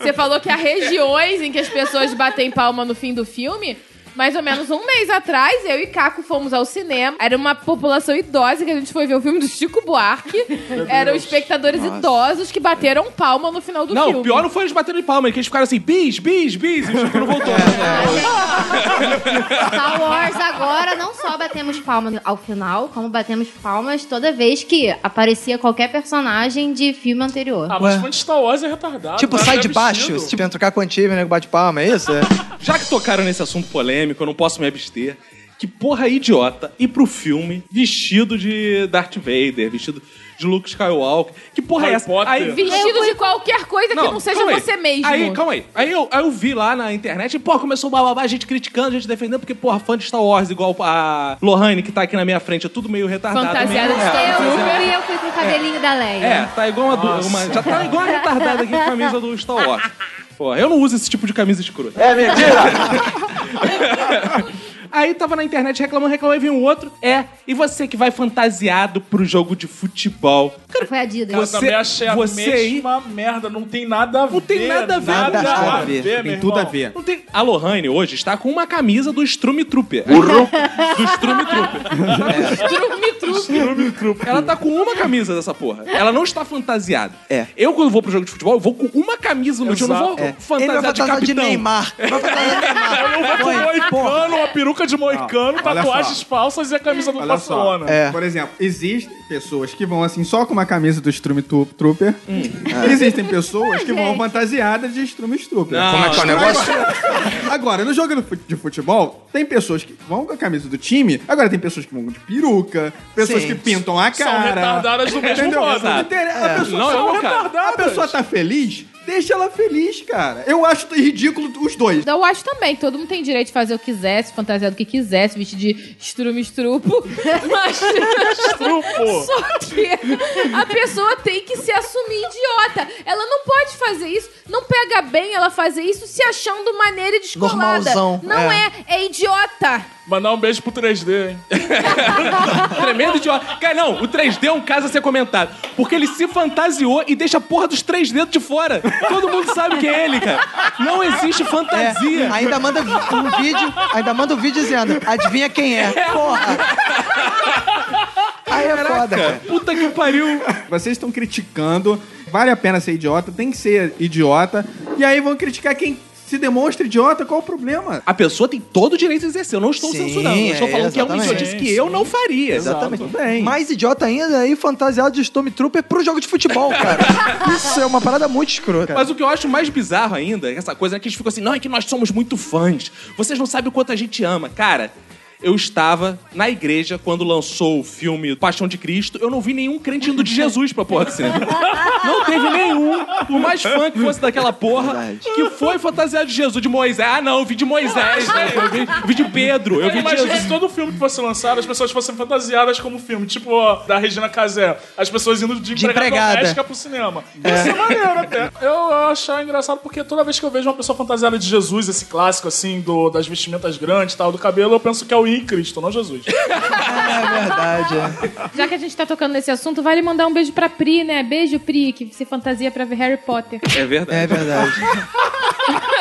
Você falou que há regiões em que as pessoas batem palma no fim do filme. Mais ou menos um mês atrás, eu e Caco fomos ao cinema. Era uma população idosa que a gente foi ver o filme do Chico Buarque. Eram espectadores idosos que bateram palma no final do
Não,
filme.
o pior não foi eles batendo de palma, é que eles ficaram assim, bis, bis, bis, e o Chico não voltou.
É,
Star Wars agora não só batemos palmas ao final, como batemos palmas toda vez que aparecia qualquer personagem de filme anterior.
Ah, mas fã de Star Wars é retardado.
tipo,
cara,
sai
não é
de baixo.
vestido.
Tipo, entra cá com o time, nego bate palma, é
[LAUGHS]
isso? É.
Já que tocaram nesse assunto polêmico, eu não posso me abster. Que porra idiota ir pro filme vestido de Darth Vader, vestido de Luke Skywalker. Que porra
Harry
é essa?
Potter.
Aí,
Vestido de qualquer coisa que não seja
calma aí.
você mesmo.
Aí, calma aí. Aí eu, aí eu vi lá na internet e, porra, começou o bababá, a gente criticando, a gente defendendo, porque, porra, fã de Star Wars, igual a Lohane, que tá aqui na minha frente, é tudo meio retardado.
Fantasiada de
meio...
Star
Eu
Wars.
fui, eu fui com o cabelinho da Leia.
É, tá igual uma, du- uma- Já tá igual a retardada aqui com a camisa do Star Wars. Porra, eu não uso esse tipo de camisa escrota. É mentira! [LAUGHS] Aí tava na internet reclamando, reclamando, e veio um outro. É, e você que vai fantasiado pro jogo de futebol? Cara,
Foi a Adidas.
Eu
Você-
também achei a
você aí-
mesma merda. Não tem nada a ver.
Não tem nada a ver,
nada a ver,
meu
Tem tudo a
irmão.
É.
ver.
Não tem... A Lohane hoje está com uma camisa do Strume Trooper. Burro? Do Strume Trooper.
Trume, trume.
Ela tá com uma camisa dessa porra. Ela não está fantasiada.
É.
Eu, quando vou pro jogo de futebol, eu vou com uma camisa no meu time. Eu não vou
É. Ele vai
fantasiar de
fantasiar
capitão. É.
de, Neymar. Vai fantasiar de Neymar.
Eu vou com
Põe, porra.
moicano, uma peruca de moicano,
Não, olha
tatuagens falsas e a camisa do
Olha só,
Barcelona.
É.
por exemplo, existem pessoas que vão assim só com uma camisa do Strum Trooper.
Hum.
É. Existem pessoas que vão fantasiadas de Strum Trooper.
Ah, Não,
Como é que é o negócio?
[LAUGHS] Agora, no jogo do fu- de futebol, tem pessoas que vão com a camisa do time, agora tem pessoas que vão de peruca, pessoas
Sim.
que pintam a cara.
São retardadas do mesmo
Entendeu?
modo.
Não interessa, A pessoa,
Não, eu não, É. cara.
a pessoa tá feliz, Deixa ela feliz, cara. Eu acho ridículo os dois.
Eu acho também, todo mundo tem direito de fazer o que quiser, se fantasiar do que quiser, se vestir de estrume-estrupo. [LAUGHS] Mas
Trupo!
só que a pessoa tem que se assumir idiota. Ela não pode fazer isso, não pega bem ela fazer isso se achando maneira e descolada.
Normalzão,
não
é.
é, é idiota.
Mandar um beijo pro 3D, hein?
[LAUGHS] Tremendo idiota. Cara, não, o 3D é um caso a ser comentado. Porque ele se fantasiou e deixa a porra dos três dedos de fora. Todo mundo sabe que é ele, cara. Não existe
É,
fantasia.
ainda manda vi- um vídeo, ainda manda um vídeo dizendo, adivinha quem é?
[LAUGHS]
Porra! Aí é foda, cara.
Puta que pariu.
Vocês estão criticando, vale a pena ser idiota, tem que ser idiota. E aí vão criticar quem se demonstra idiota, qual o problema?
A pessoa tem todo o direito de exercer. Eu não estou
Sim,
censurando. Eu estou
é,
falando que é uma
exatamente.
idiotice que eu não faria.
Exatamente.
Tudo bem.
Mais idiota ainda aí fantasiado de Stormtrooper pro jogo de futebol, cara. Isso é uma parada muito escrota.
Mas o que eu acho mais bizarro ainda, é essa coisa é que eles ficam assim, não, é que nós somos muito fãs. Vocês não sabem o quanto a gente ama. Cara, eu estava na igreja quando lançou o filme Paixão de Cristo, eu não vi nenhum crente indo de Jesus pra porra do cinema. Não teve nenhum, por mais fã que fosse daquela porra,
Verdade.
que foi fantasiado de Jesus, de Moisés. Ah, não, eu vi de Moisés, né? eu vi, vi de Pedro, eu
Eu
vi de
imagino que
Jesus.
todo filme que fosse lançado, as pessoas fossem fantasiadas como filme. Tipo, ó, da Regina Casé. As pessoas indo de,
De
empregada,
empregada.
doméstica pro cinema. Isso é maneiro até. Eu, eu achar engraçado porque toda vez que eu vejo uma pessoa fantasiada de Jesus, esse clássico, assim, do, das vestimentas grandes e tal, do cabelo, eu penso que é o I Cristo, não Jesus.
É verdade, é.
Já que a gente tá tocando nesse assunto, vale mandar um beijo pra Pri, né? Beijo, Pri, que se fantasia pra ver Harry Potter.
É verdade.
É verdade.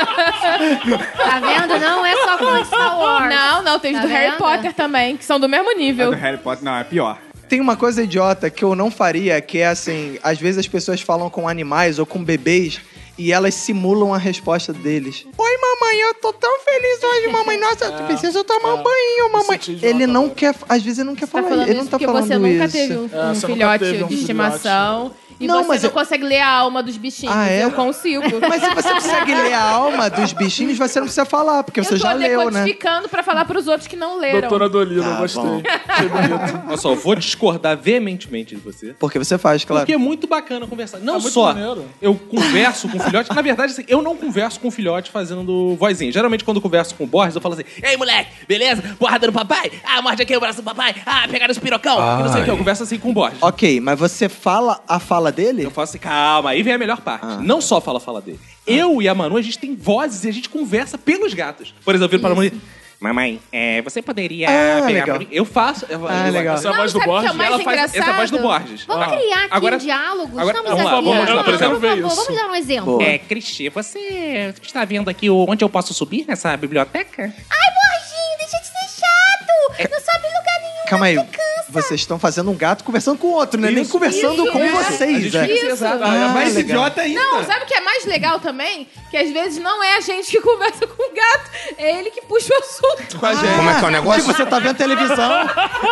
Tá vendo? Não é só com Star Wars.
Não, não, tem os
Tá
do Harry
vendo?
Potter também, que são do mesmo
Do
nível.
Harry Potter, não, é pior.
Tem uma coisa idiota que eu não faria, que é assim, às vezes as pessoas falam com animais ou com bebês e elas simulam a resposta deles. Oi, mamãe, eu tô tão feliz hoje, mamãe. Nossa, eu preciso tomar um banho, mamãe.
senti idiota
Ele não
agora.
quer, às vezes ele não quer
Você tá
falar.
falando
ele
isso
não tá
porque
falando
você nunca
isso.
teve um,
É,
um
você nunca
filhote
teve um
de
filhote.
estimação. E
Não,
você
mas
não
eu-
consegue ler a alma dos bichinhos.
Ah, é?
Eu consigo.
Mas se [LAUGHS] você consegue ler a alma dos bichinhos, você não precisa falar, porque você
eu tô
já leu, né?
decodificando pra falar pros outros que não
[LAUGHS]
leram.
Doutora Dolina, eu gostei.
bom.
Achei bonito.
Olha só, eu vou discordar veementemente de você.
Porque você faz, claro.
Porque é muito bacana conversar. Não
Tá
É muito
só
maneiro.
eu converso com o filhote. Na verdade, assim, eu não converso com o filhote fazendo vozinha. Geralmente, quando eu converso com o Borges, eu falo assim: Ei, moleque, beleza? Porrada no papai? Ah, morde aqui o braço do papai? Ah, pegaram os pirocão? E não sei o que. Eu converso assim com o Borges.
Ok, mas você fala a fala dele?
Eu falo assim, calma, aí vem a melhor parte.
Ah.
Não só fala fala dele. Eu e a Manu, a gente tem vozes e a gente conversa pelos gatos. Por exemplo, eu viro pra Manu e Mamãe, é, você poderia
Ah,
pegar
legal.
pra mim? Eu faço. Eu,
Ah,
eu-
legal.
Essa é a
Não,
voz do
sabe o que é o
Borges.
mais
ela faz- essa é a
engraçado?
voz do Borges. Ah.
Vamos criar aqui
Agora-
diálogos.
agora-
Estamos
vamos lá,
aqui.
vamos
lá,
Não,
por
por
exemplo,
favor,
ver isso.
vamos dar um exemplo.
Boa.
É, Cristi, você está vendo aqui o- onde eu posso subir nessa biblioteca?
Ai, Borginho, deixa de ser chato. Não sobe em lugar nenhum.
Calma aí. Vocês estão fazendo um gato conversando com o outro, né? Nem
Isso,
conversando
isso,
com
isso.
A
vocês,
gente
é.
fica assim, exato.
Ah,
Mais
legal.
idiota ainda.
Não, sabe o que é mais legal também? Que às vezes não é a gente que [LAUGHS] conversa com o gato, é ele que puxa o
[LAUGHS]
assunto.
Ah, Como é que é o negócio? Tipo, você tá vendo televisão,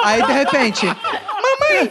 aí de repente. Mamãe,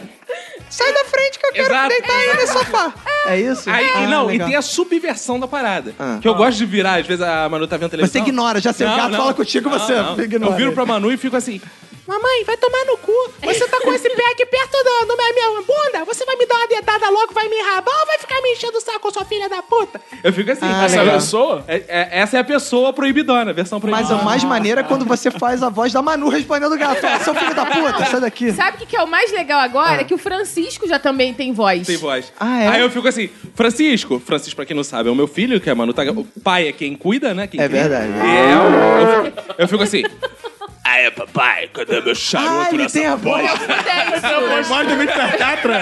sai da frente que eu quero
Exato,
deitar aí no sofá. É isso?
Aí,
Ah,
não,
legal.
e tem a subversão da parada.
Ah.
Que eu gosto de virar, às vezes a Manu tá vendo televisão.
Você ignora, já sei, o
Não,
gato
não.
fala contigo,
Não,
você
não.
ignora.
Eu viro pra Manu e fico assim. Mamãe, vai tomar no cu. Você tá com esse pé aqui perto da do minha, minha bunda? Você vai me dar uma dedada logo, vai me rabar ou vai ficar me enchendo o saco, sua filha da puta? Eu fico assim.
Ah,
Essa
legal.
pessoa?
É- é- essa é a pessoa proibidona, a versão
Mas
proibidona.
a mais maneira é quando você faz a voz da Manu respondendo o gato. Ó, Seu filho da puta, sai daqui.
Sabe o que que é o mais legal agora? É que o Francisco já também tem voz.
tem voz.
Ah, é?
Aí eu fico assim, Francisco, Francisco, pra quem não sabe, é o meu filho, que é Manu tá. O pai é quem cuida, né? Quem
É
cria.
verdade.
E é o- eu, fico, eu fico assim. Aí, papai, cadê meu
Ah,
charuto
ele
nessa
tem a voz.
Fudêncio.
Voz do Victor Catra?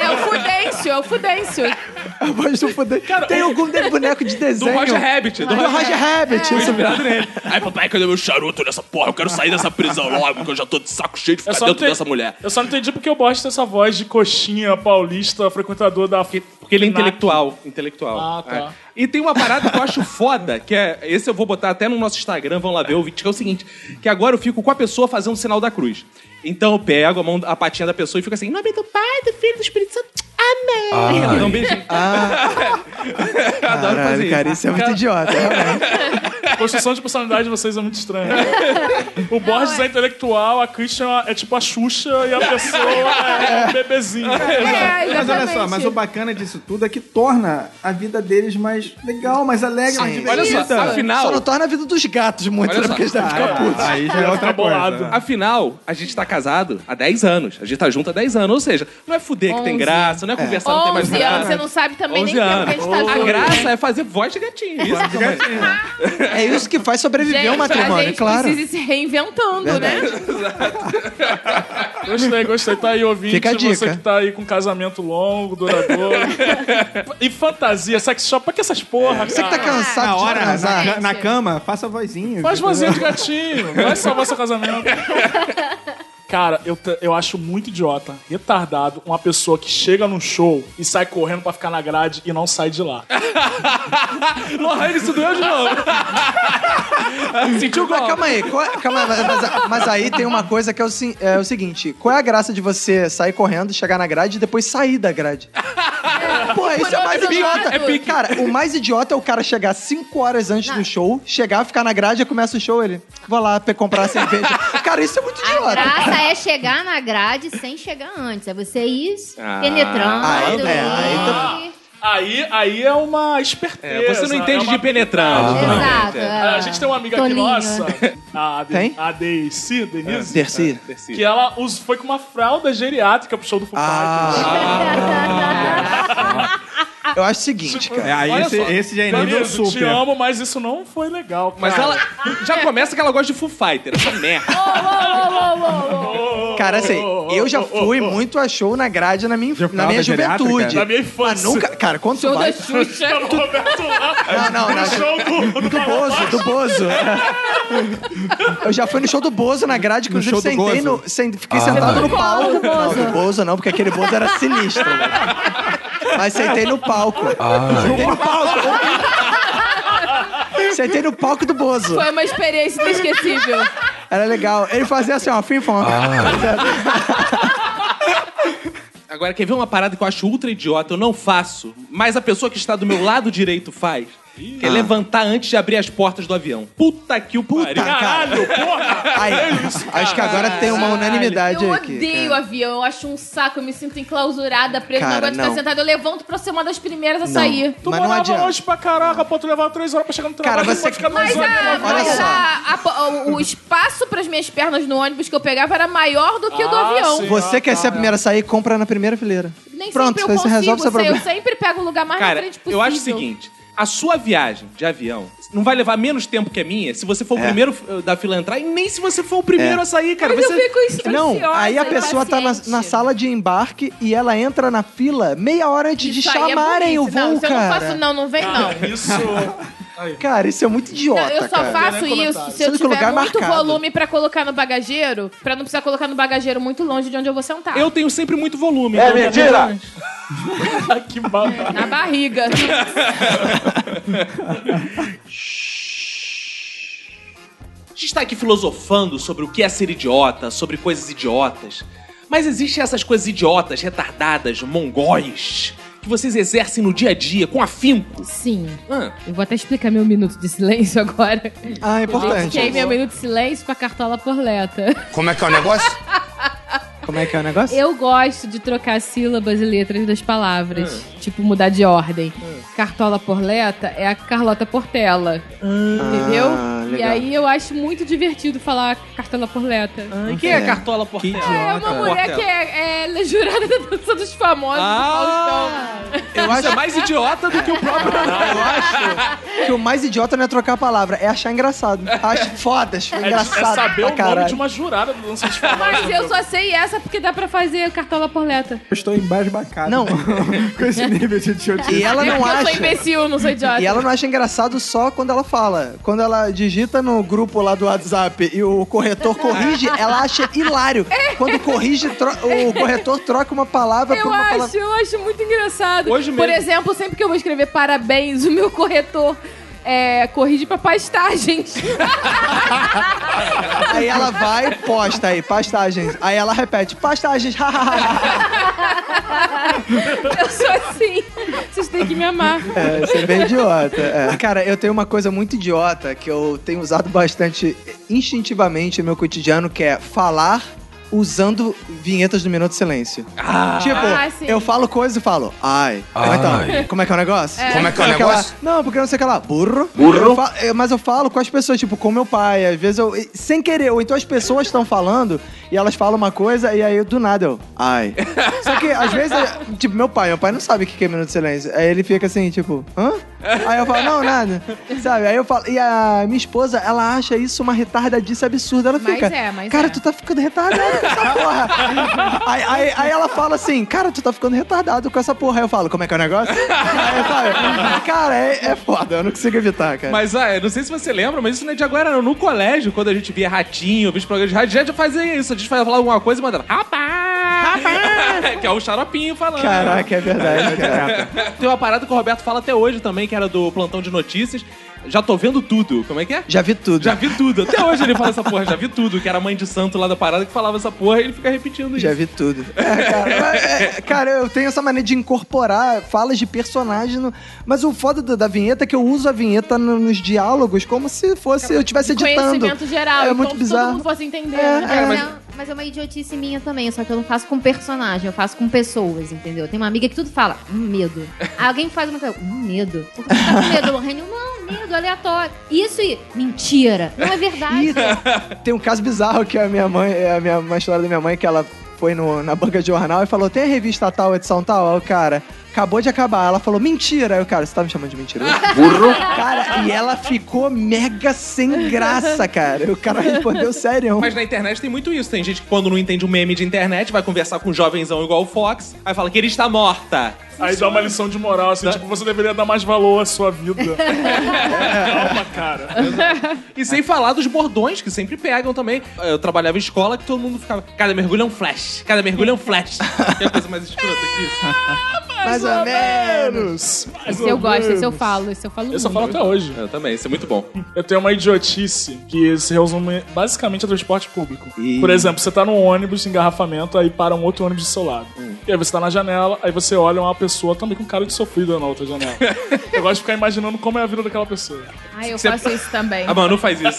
É o Fudêncio, é o Fudêncio.
A voz do poder. Tem algum de- boneco de
Do
desenho.
Roger Rabbit. Do
Do
Roger
Roger Rabbit. isso mesmo.
Inspirado nele. Aí, papai, cadê meu charuto nessa porra? Eu quero sair dessa prisão logo, que eu já tô de saco cheio de ficar dentro
entendi-
dessa mulher.
Eu É só não entendi porque eu gosto dessa voz de coxinha paulista, frequentador da.
Porque ele é
FNAC.
intelectual. Intelectual.
Ah, tá.
É. E tem uma parada que eu acho foda, que é. Esse eu vou botar até no nosso Instagram, vão lá ver o vídeo, que é o seguinte: que agora eu fico com a pessoa fazendo o sinal da cruz. Então eu pego a mão, a patinha da pessoa e fico assim: em nome do Pai, do Filho, do Espírito Santo. Amém! Ela dá um beijinho. eu [LAUGHS] adoro fazer
Caralho, cara, isso é muito idiota. realmente.
A construção de personalidade de vocês é muito estranha. O Borges é... intelectual, a Christian é tipo a Xuxa e a pessoa é um bebezinho.
É,
Mas olha só,
exatamente.
mas o bacana disso tudo é que torna a vida deles mais legal, mais alegre, mais
Olha
divertida.
só,
é Só
afinal,
não torna a vida dos gatos muito,
Olha
né?
só.
Porque eles devem ficar putos.
Aí já é outra
bolado.
coisa.
tá afinal, a gente tá casado há 10 anos. A gente tá junto há 10 anos. Ou seja, não é fuder que tem
Onze.
graça, não é conversar, não tem mais
11 anos,
graça.
você não sabe também nem
11
tempo que a
anos.
gente tá
A
junto.
graça é fazer voz de gatinho. Isso.
É isso que faz sobreviver
Gente,
o
a
matrimônio,
gente
claro.
precisa ir se reinventando, né?
Gostei, gostei. Tá aí ouvinte,
Fica a
você
dica.
que tá aí com casamento longo,
[LAUGHS]
duradouro. e fantasia, sex shop, pra que essas porra,
Você que tá
cara?
cansado
Na
de
hora,
transar.
na, na cama, faça vozinha.
Faz vozinha de gatinho, vai salvar seu casamento. Cara, eu, t- eu acho muito idiota, retardado, uma pessoa que chega num show e sai correndo pra ficar na grade e não sai de lá.
[LAUGHS] Lohane, isso doeu de
[LAUGHS]
novo. Sentiu o
Mas
gol.
calma aí, qual é- calma aí, mas, mas- mas aí tem uma coisa que é o, se- é o seguinte: qual é a graça de você sair correndo, chegar na grade e depois sair da
[LAUGHS]
grade? Pô, isso é mais
outro
idiota.
lado. É pique.
Cara, o mais idiota é o cara chegar 5 horas antes do show, chegar, ficar na grade e começa o show, ele. Vou lá pe- comprar a cerveja. Cara, isso é muito
A
idiota.
graça é chegar na grade sem chegar antes. É você ir
Ah.
penetrando.
Aí, né, aí
e-
Aí, aí é uma esperteza.
É, você não entende
é uma-
de penetrante.
Exato. é.
A gente tem uma amiga aqui
Tolinho.
nossa, a, De-
Tem?
a Deici, Denise,
É.
Terci.
que ela us- foi com uma fralda geriátrica pro show do Foo Fighters.
Ah, eu acho o seguinte, cara.
É, aí
Olha
esse,
só.
esse já é nível
Denise, te
super.
amo, mas isso não foi legal, cara.
Mas ela já começa que ela gosta de Foo Fighter, essa merda.
Cara, assim,
Oh,
eu já fui muito a show na grade na minha,
Já
na minha
fralda geriátrica?
juventude.
Na minha
Mas
infância.
nunca. É, Cara, quando tu
Show da
vai. Ah,
Xuxa.
Tava o Roberto lá.
Não, não,
no
não.
show do, do,
Do Bozo, do Bozo. [LAUGHS] Eu já fui no show do Bozo na grade, inclusive
show do Bozo?
sentei no. sen- Fiquei sentado no palco. Não, do Bozo não, porque aquele Bozo era sinistro. né? Mas sentei no palco. Sentei no palco. Sentei no palco do Bozo.
Foi uma experiência inesquecível.
Era legal. Ele fazia assim, ó, fim fom.
Agora, quer ver uma parada que eu acho ultra idiota? Eu não faço, mas a pessoa que está do meu lado direito faz. Que é levantar antes de abrir as portas do avião. Puta que o
Puta,
pariu.
cara.
Caralho, porra!
Aí, acho que agora tem uma unanimidade
Eu
aqui.
odeio avião, eu acho um saco, eu me sinto enclausurada, presa,
Cara,
não aguento
não.
ficar sentada. Eu levanto pra ser uma das primeiras a
Não.
sair.
Tu
Mas não
morava
adianta.
longe pra caraca, pô, tu levava três horas pra chegar no trabalho.
Cara,
tu
você-
pode ficar duas
Mas, é
horas
a,
no trabalho.
mas
só.
a- a- o, o espaço pras minhas pernas no ônibus que eu pegava era maior do que o do
Ah,
avião.
sim.
Você quer ser a primeira a sair, compra na primeira fileira.
Nem
Pronto,
sempre eu
você
consigo,
resolve seu
sei,
problema.
eu sempre pego o lugar mais na
Cara,
frente possível.
eu acho o seguinte: a sua viagem de avião não vai levar menos tempo que a minha se você for o
É.
primeiro eh, da fila a entrar e nem se você for o primeiro
É.
a sair, cara.
Mas
Você...
eu fico ansiosa,
Não, aí a pessoa tá na,
impaciente.
na sala de embarque e ela entra na fila meia hora antes de
Isso aí é
chamarem o
bonito.
voo,
não,
cara.
Se eu não faço, não, não
Ah,
vem, não.
Isso.
Cara, isso é muito
Não,
idiota,
eu só
cara.
faço
Não é nem
isso
comentário.
se eu
Sendo que o
tiver
lugar é
muito
marcado.
volume pra colocar no bagageiro, pra não precisar colocar no bagageiro muito longe de onde eu vou sentar.
Eu tenho sempre muito volume.
então
É
mentira!
[LAUGHS]
É
que É babado.
Na
[LAUGHS]
barriga.
A gente tá aqui filosofando sobre o que é ser idiota, sobre coisas idiotas. Mas existem essas coisas idiotas, retardadas, mongóis, que vocês exercem no dia a dia, com afinco.
Sim.
Ah,
Eu vou até explicar meu minuto de silêncio agora.
Ah, é importante.
Fiquei meu minuto de silêncio com a cartola porleta.
Como é
um
que é o negócio?
Como é que é o negócio?
Eu gosto de trocar sílabas e letras das palavras. Tipo, mudar de ordem. Cartola Porleta é a Carlota Portela. entendeu?
Ah,
E
legal.
aí eu acho muito divertido falar Cartola Porleta.
ah, e quem é a Cartola [LAUGHS] Portela?
É uma mulher que é, é jurada da dança dos famosos
Ah!
do Faustão.
Eu acho mais idiota do que o próprio.
Eu acho que o mais idiota não é trocar a palavra, é achar engraçado. Acho foda, acho
É, é
engraçado
saber
pra
o nome de
caralho.
uma jurada do [LAUGHS] Dança de Famosos,
Mas eu
meu.
só sei essa porque dá pra fazer Cartola Porleta.
Eu estou embasbacado
Não.
[LAUGHS] com esse nível de idiotice.
E ela
É
não
porque eu
acha...
sou imbecil, não sou idiota.
E ela não acha engraçado só quando ela fala. Quando ela digita no grupo lá do WhatsApp e o corretor corrige, ela acha hilário. Quando corrige, tro- o corretor troca uma palavra por
É. Eu
uma
acho,
palavra.
eu acho muito engraçado.
Hoje
Por
mesmo.
exemplo, sempre que eu vou escrever parabéns, o meu corretor é, corrige pra [LAUGHS] pastagens.
Aí ela vai e posta aí, pastagens. Aí ela repete, pastagens,
[LAUGHS] Eu sou assim. Vocês têm que me amar.
É, isso é bem idiota. é. Cara, eu tenho uma coisa muito idiota que eu tenho usado bastante instintivamente no meu cotidiano, que é falar usando vinhetas do Minuto de Silêncio. tipo,
Ah, sim.
eu falo coisas e falo, ai. Ou então, como é que é o negócio?
Como é que é o
Não sei
negócio?
lá. não, porque não sei o que é lá. Burro. Burro. mas eu falo com as pessoas, tipo, com meu pai. Às vezes eu, sem querer, ou então as pessoas estão falando e elas falam uma coisa e aí eu, do nada eu, ai. Só que às vezes, eu- tipo, meu pai, meu pai não sabe o que é minuto de silêncio. Aí ele fica assim, tipo, hã? Aí eu falo, não, nada. Sabe? Aí eu falo, e a minha esposa, ela acha isso uma retardadice absurda. Ela
Mas
fica,
é, mas
cara,
é."
tu tá ficando retardado com essa
[LAUGHS]
porra. aí, aí- aí ela fala assim, cara, tu tá ficando retardado com essa porra. Aí eu falo, como é que é o negócio? aí eu falo, cara, é, é foda, eu não consigo evitar, cara.
Mas, ah, eu não sei se você lembra, mas isso não é de agora, não. No colégio, quando a gente via ratinho, via os programas de rádio, a gente fazia isso. A gente fazia falar alguma coisa e mandava, rapaz! Rapaz! [LAUGHS] que é o xaropinho falando.
Caraca, é verdade, cara.
[LAUGHS] Tem uma parada que o Roberto fala até hoje também, que era do plantão de notícias. Já tô vendo tudo. Como é que é?
Já vi tudo.
Já vi tudo. Até hoje ele fala essa porra, já vi tudo. Que era a mãe de santo lá da parada que falava essa porra e ele fica repetindo
Já
isso.
vi tudo. É, cara, mas, é, cara, eu tenho essa maneira de incorporar falas de personagem. no- Mas o foda do- da vinheta é que eu uso a vinheta no- nos diálogos como se fosse eu estivesse editando.
Conhecimento geral.
É
e
muito
como se
bizarro.
todo mundo fosse entender.
É,
né?
é.
mas... É, mas é uma idiotice minha também, só que eu não faço com personagem, eu faço com pessoas, entendeu? Tem uma amiga que tudo fala, hum, medo. Alguém faz uma coisa, hum, medo. Por que você tá com medo, Lorraine? Eu, Não, medo, aleatório. Isso e mentira. Não é verdade.
Ih, tem- tem um caso bizarro que a minha mãe, é a minha uma história da minha mãe que ela foi no- na banca de jornal e falou: tem a revista tal, edição tal? Aí o cara. Acabou de acabar. Ela falou, mentira. Aí o cara, você tá me chamando de mentiroso? Burro. Cara, e ela ficou mega sem graça, cara. O cara respondeu sério. é um
Mas na internet tem muito isso. Tem gente que quando não entende um meme de internet, vai conversar com um jovenzão igual o Fox, aí fala que ele está morta.
Aí dá uma lição de moral, assim, tipo, você deveria dar mais valor à sua vida. [LAUGHS] Calma, cara.
E sem falar dos bordões que sempre pegam também. Eu trabalhava em escola que todo mundo ficava. Cada mergulho é um flash. Cada mergulho é um flash. que é a coisa mais escrota que isso.
Mais ou menos.
Mais
Esse é eu
ou
gosto, esse eu
menos.
falo, esse eu falo
Eu só
muito.
falo até hoje.
Eu também, isso é muito bom.
Eu tenho uma idiotice que se resume basicamente a transporte público. Por exemplo, você tá num ônibus, engarrafamento, aí para um outro ônibus do seu lado. E aí você tá na janela, aí você olha uma pessoa também com cara de sofrida na outra janela. eu gosto de ficar imaginando como é a vida daquela pessoa.
Ai, eu faço isso também.
A Manu faz isso.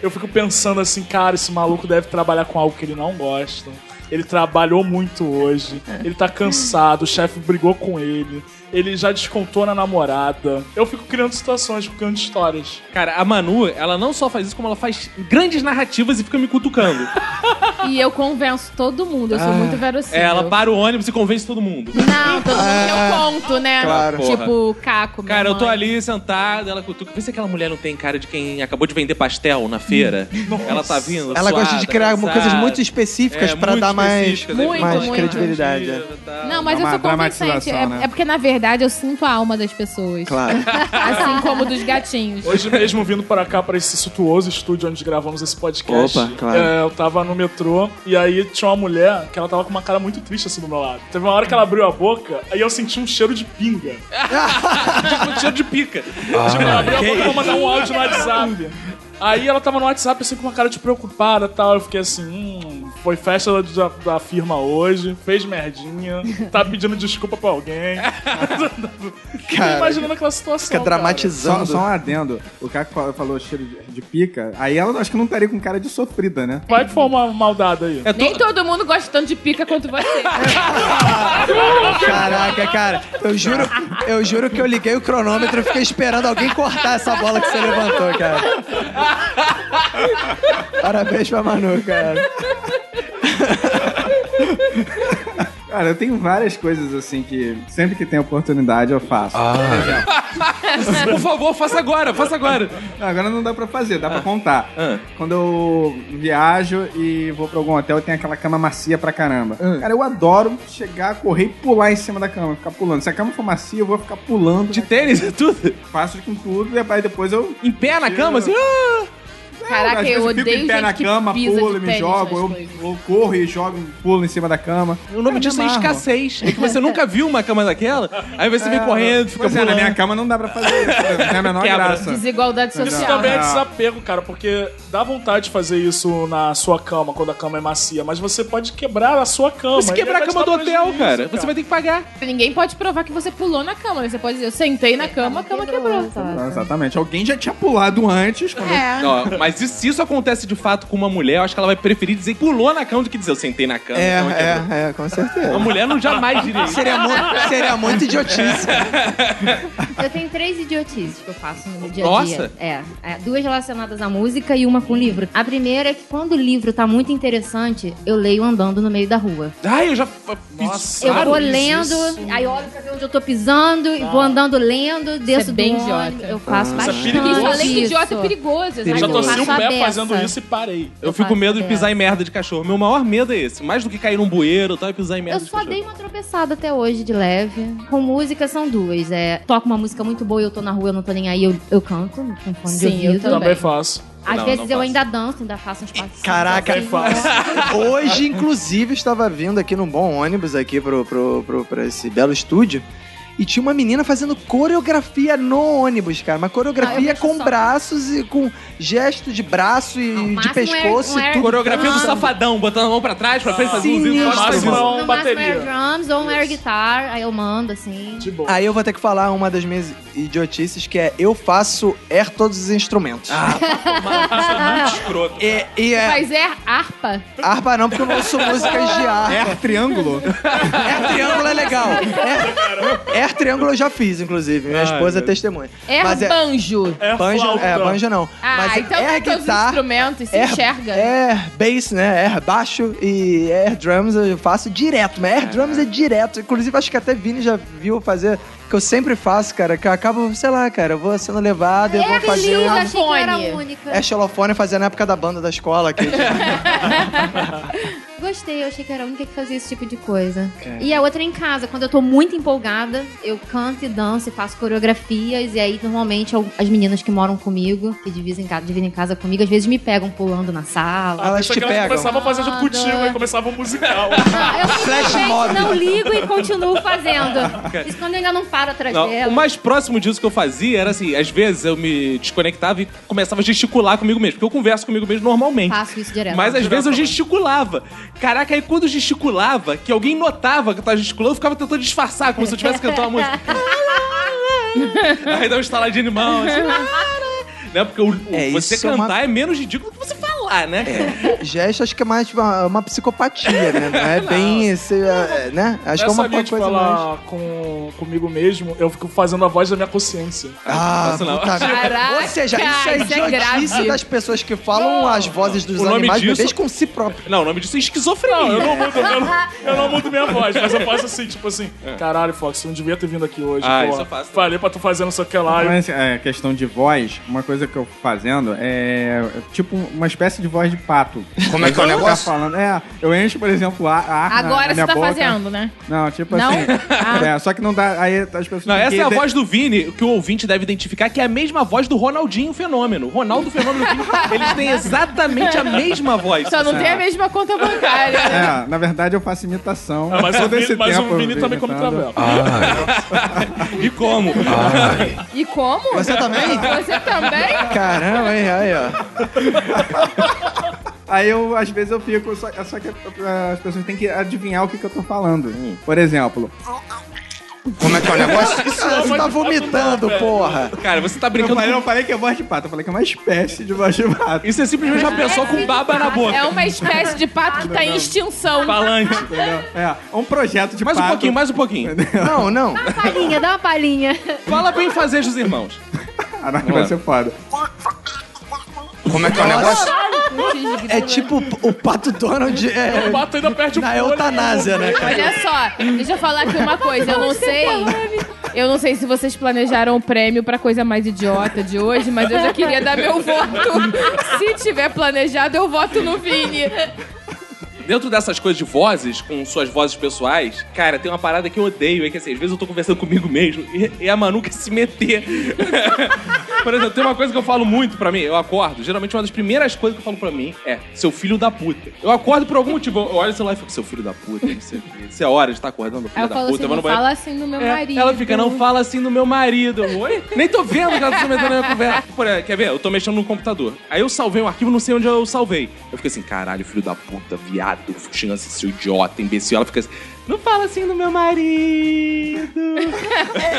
Eu fico pensando assim, cara, esse maluco deve trabalhar com algo que ele não gosta. Ele trabalhou muito hoje. Ele tá cansado, o chefe brigou com ele. Ele já descontou na namorada. Eu fico criando situações, fico criando histórias.
Cara, a Manu, ela não só faz isso, como ela faz grandes narrativas e fica me cutucando.
E eu convenço todo mundo, eu sou muito verossímil.
ela para o ônibus e convence todo mundo.
Não, todo
Ah.
mundo que eu conto, né?
Claro.
Tipo, Caco, minha
Cara, eu tô
mãe.
ali sentado, ela cutuca. Vê se aquela mulher não tem cara de quem acabou de vender pastel na feira. Ela tá vindo.
Ela gosta de
suada,
criar
cansada.
coisas muito específicas
É,
pra
muito
dar mais,
específicas, é
Muito,
mais
muito.
credibilidade. é.
Não, mas
dá
eu
uma
sou convincente.
dramatização,
É,
né?
é porque, na verdade, eu sinto a alma das pessoas.
Claro.
Assim como dos gatinhos.
Hoje mesmo, vindo para cá, para esse sutuoso estúdio onde gravamos esse podcast,
Opa, claro.
é, eu tava no metrô e aí tinha uma mulher que ela tava com uma cara muito triste assim do meu lado. Teve uma hora que ela abriu a boca, aí eu senti um cheiro de pinga.
Um tiro de pica.
Tipo, ela abriu a boca pra mandar um áudio no WhatsApp. Aí ela tava no WhatsApp assim com uma cara de preocupada e tal. Eu fiquei assim, hum, foi festa da, da firma hoje, fez merdinha, tá pedindo desculpa pra alguém. [LAUGHS] Fiquei imaginando aquela situação.
Fica
Só,
cara.
dramatizando.
só um adendo. O cara que fa- falou cheiro de, de pica, aí ela acho que não estaria com cara de sofrida, né?
Vai que for uma maldada aí.
Nem todo mundo gosta tanto de pica quanto você.
Caraca, cara. Eu juro, eu juro que eu liguei o cronômetro e fiquei esperando alguém cortar essa bola que você levantou, cara. Parabéns pra Manu, cara.
Cara, eu tenho várias coisas assim que sempre que tem oportunidade eu faço.
é.
Por favor, faça agora, faça agora.
Não, "Ah, agora não dá pra fazer, dá pra contar.
Ah.
Quando eu viajo e vou pra algum hotel, tem aquela cama macia pra caramba. Cara, eu adoro chegar, correr e pular em cima da cama, ficar pulando. Se a cama for macia, eu vou ficar pulando,
De tênis e tudo.
faço com tudo, e é, aí depois eu
Em pé na cama, assim. ah!
Caraca,
Às vezes
eu
fico
odeio
em pé
gente
na
que
cama,
pisa de
pulo e me
tênis
jogo,
nas
eu,
coisas.
eu corro e jogo, pulo em cima da cama.
O nome disso é escassez. É que você nunca viu uma cama daquela, aí você vem correndo, fica
Pois é, na
pulando.
né?
minha cama não dá pra fazer isso, não é a menor
Quebra.
graça.
Desigualdade
Isso
social.
também é
Ah.
desapego, cara, porque dá vontade de fazer isso na sua cama, quando a cama é macia, mas você pode quebrar a sua cama.
Você
e
quebrar
aí
a
vai te
cama do
dar
hotel,
prejuízo,
cara. Você vai ter que pagar.
Ninguém pode provar que você pulou na cama, né? Você pode dizer, eu sentei
É,
na cama, a
tá
cama quebrou.
Ah, Exatamente. Alguém já tinha pulado antes. Quando...
É.
Ó, mas e se isso acontece de fato com uma mulher, eu acho que ela vai preferir dizer que pulou na cama do que dizer eu sentei na cama.
É,
então eu quebro.
é, é, com certeza.
A mulher não jamais diria isso.
Seria, mu- seria muito idiotice.
Eu tenho três idiotices que eu faço no meu dia a
Nossa!
dia. É, é, duas relacionadas à música e uma com livro. A primeira é que quando o livro tá muito interessante, eu leio andando no meio da rua.
Ai, eu já.
Eu
Claro,
vou lendo, aí olho pra ver onde eu tô pisando, e vou andando lendo, desço
é bem
do
idiota.
ônibus. Eu faço
é
bastante
Porque
perigoso.
isso, além de
isso.
idiota, é perigoso.
Eu já
exato.
torci o
Faço a
pé
beça.
fazendo isso e parei.
Eu fico com medo de pisar em merda de cachorro. Meu maior medo é esse. Mais do que cair num bueiro, tal, é pisar em merda
Eu
de
só
cachorro.
dei uma tropeçada até hoje, de leve. Com música são duas. É, toco uma música muito boa e eu tô na rua, eu não tô nem aí, eu, eu canto com fone de
Sim, eu
ouvido.
também.
Também faço.
Às
Não,
vezes
não
eu
faço.
ainda danço, ainda faço uns passos.
Caraca,
assim,
é fácil.
Hoje, inclusive, estava vindo aqui num bom ônibus aqui pro, pro, pro, pra esse belo estúdio. E tinha uma menina fazendo coreografia no ônibus, cara. Uma
Ah, eu
coreografia
vejo
com
só.
braço e com gesto de braço e
Não, o
de
máximo é-
pescoço
um
e
air-
tudo.
Coreografia do
Ah.
safadão, botando a mão pra trás, pra frente, fazendo uns
Sinistro.
No
encontros.
máximo é
No
um
máximo air
bateria.
drums ou um air
Isso.
guitar, aí eu mando assim.
De boa.
Aí eu vou ter que falar uma das minhas idiotices, que é eu faço air todos os instrumentos.
escroto.
E, e é
Mas é harpa.
harpa não, porque eu não ouço músicas de harpa.
É triângulo?
Air triângulo é legal. Air, air triângulo eu já fiz, inclusive. Minha esposa é testemunha.
É
Mas é-
banjo.
Ah, É
Banjo,
flauta.
é, banjo não.
Ah,
Mas
então
air
é todos os
tá.
guitar,
instrumentos, se
É
air,
enxerga.
air bass, né? Air baixo e air drums eu faço direto. Mas air drums é direto. Inclusive, acho que até Vini já viu eu fazer, que eu sempre faço, cara. Que eu acabo, sei lá, cara, eu vou sendo levado,
É
eu vou
Air
fazer...
Lisa, achei que eu era
Fone.
única.
É xilofone fazer na época da banda da escola.
[LAUGHS]
Que...
Gostei, eu achei que era a única que fazia esse tipo de coisa. E a outra é em casa, quando eu tô muito empolgada, eu canto e danço e faço coreografias. E aí, normalmente, eu- as meninas que moram comigo, que dividem casa, dividem casa comigo, às vezes me pegam pulando na sala.
Elas
Só
te
que elas
pegam.
começavam a fazer junto contigo,
[LAUGHS]
aí começava o musical.
Ah, eu
Flash
simplesmente
mob.
não ligo e continuo fazendo. Isso quando eu ainda não paro atrás
Não,
dela.
o mais próximo disso que eu fazia era assim, às vezes eu me desconectava e começava a gesticular comigo mesmo, porque eu converso comigo mesmo normalmente.
Faço isso
É,
direto.
Mas às vezes eu gesticulava. Caraca, aí quando eu gesticulava, que alguém notava que eu tava gesticulando, eu ficava tentando disfarçar, como se eu tivesse cantando uma
[LAUGHS]
música. aí dá um estalar de animal, assim. Né? Porque o, o-
É,
você
isso é
cantar
uma-
é menos ridículo que você falar, né? cara?
Gesto acho que é mais tipo, uma, uma psicopatia, né? Não é bem esse, é, né? Acho que é
Nessa
uma
linha de
coisa mais...
falar tipo, com, comigo mesmo, eu fico fazendo a voz da minha consciência.
Ah,
Nossa, não.
puta merda.
Caraca,
Ou seja, isso é
isso é
idiotice
grave.
das pessoas que falam as vozes dos
O nome
animais
disso-
bebês com si próprio.
Não, o nome disso é esquizofrenia.
Não, eu não mudo, eu não, eu não mudo minha voz, mas eu faço assim, tipo assim, caralho, Fox, tu não devia ter vindo aqui hoje,
Ah,
pô.
isso eu faço.
Falei pra tu fazer não sei o que lá. e-
Mas, é, questão de voz, uma coisa que eu fico fazendo é tipo uma espécie de voz de pato.
Como é que é o
Eu vou ficar
negócio?
Falando, é, eu encho, por exemplo, a, a ar na- na
Agora você
minha
tá
boca.
fazendo, né?
Não, tipo
Não?
assim.
Ah.
É, só que não dá. Aí as pessoas.
Não, essa
que
é a
de-
voz do Vini, que o ouvinte deve identificar, que é a mesma voz do Ronaldinho Fenômeno. Ronaldo Fenômeno [LAUGHS] e o Vini, eles têm exatamente a mesma voz.
Só não tem a mesma conta bancária. né?
É, na verdade eu faço imitação.
Ah, mas o
Todo
Vini,
esse
mas
tempo
o Vini
eu
também come
imitando.
travela.
E como?
E como?
Você também?
Você também?
Caramba, hein? Aí, ó.
Aí eu, às vezes, eu fico. Só, só que ah, as pessoas têm que adivinhar o que, que eu tô falando. Por exemplo,
Como é que é o negócio?
Isso, você tá vomitando, porra.
Cara, você tá
eu
brincando
falei, eu
com...
falei que é voz de pato, eu falei que é uma espécie de voz de pato.
Isso é simplesmente uma pessoa com baba na boca.
É uma espécie de pato que tá em extinção.
Falante.
Entendeu? É, é um projeto de
Mais um
pato.
pouquinho, mais um pouquinho.
Não, não.
Dá uma palhinha, dá uma palhinha.
Fala bem fazer dos irmãos.
Caraca, vai ser foda.
Como é que é o negócio?
É tipo o Pato Donald é,
O pato ainda perde o
na
fôlego.
eutanásia, né, cara?
Olha só, deixa eu falar aqui uma coisa. Eu não sei. Eu não sei se vocês planejaram o prêmio pra coisa mais idiota de hoje, mas eu já queria dar meu voto. Se tiver planejado, eu voto no Vini.
Dentro dessas coisas de vozes, com suas vozes pessoais, cara, tem uma parada que eu odeio. É que assim, às vezes eu tô conversando comigo mesmo e, e a Manu quer se meter. [LAUGHS] Por exemplo, tem uma coisa que eu falo muito pra mim. Eu acordo. Geralmente uma das primeiras coisas que eu falo pra mim é seu filho da puta. Eu acordo por algum motivo. Eu olho o celular e fico, seu filho da puta, não sei o quê. Isso é hora de estar acordando, filho
Aí eu
da
falo
puta.
assim,
eu vou no
não
banheiro."
fala assim do meu
É,
marido.
Ela fica, não fala assim do meu marido. Eu, Oi? Nem tô vendo que ela tá comentando a minha conversa. Por aí, quer ver? Eu tô mexendo no computador. Aí eu salvei um arquivo, não sei onde eu salvei. Eu fico assim, caralho, filho da puta, viado, eu fico xingando esse seu idiota, imbecil. Ela fica assim, não fala assim do meu marido.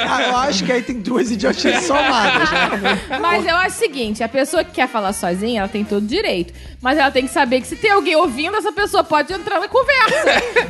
Ah, Eu acho que aí tem duas idiotices somadas. [LAUGHS] Né?
Mas eu acho o seguinte, a pessoa que quer falar sozinha, ela tem todo direito. Mas ela tem que saber que se tem alguém ouvindo, essa pessoa pode entrar na conversa.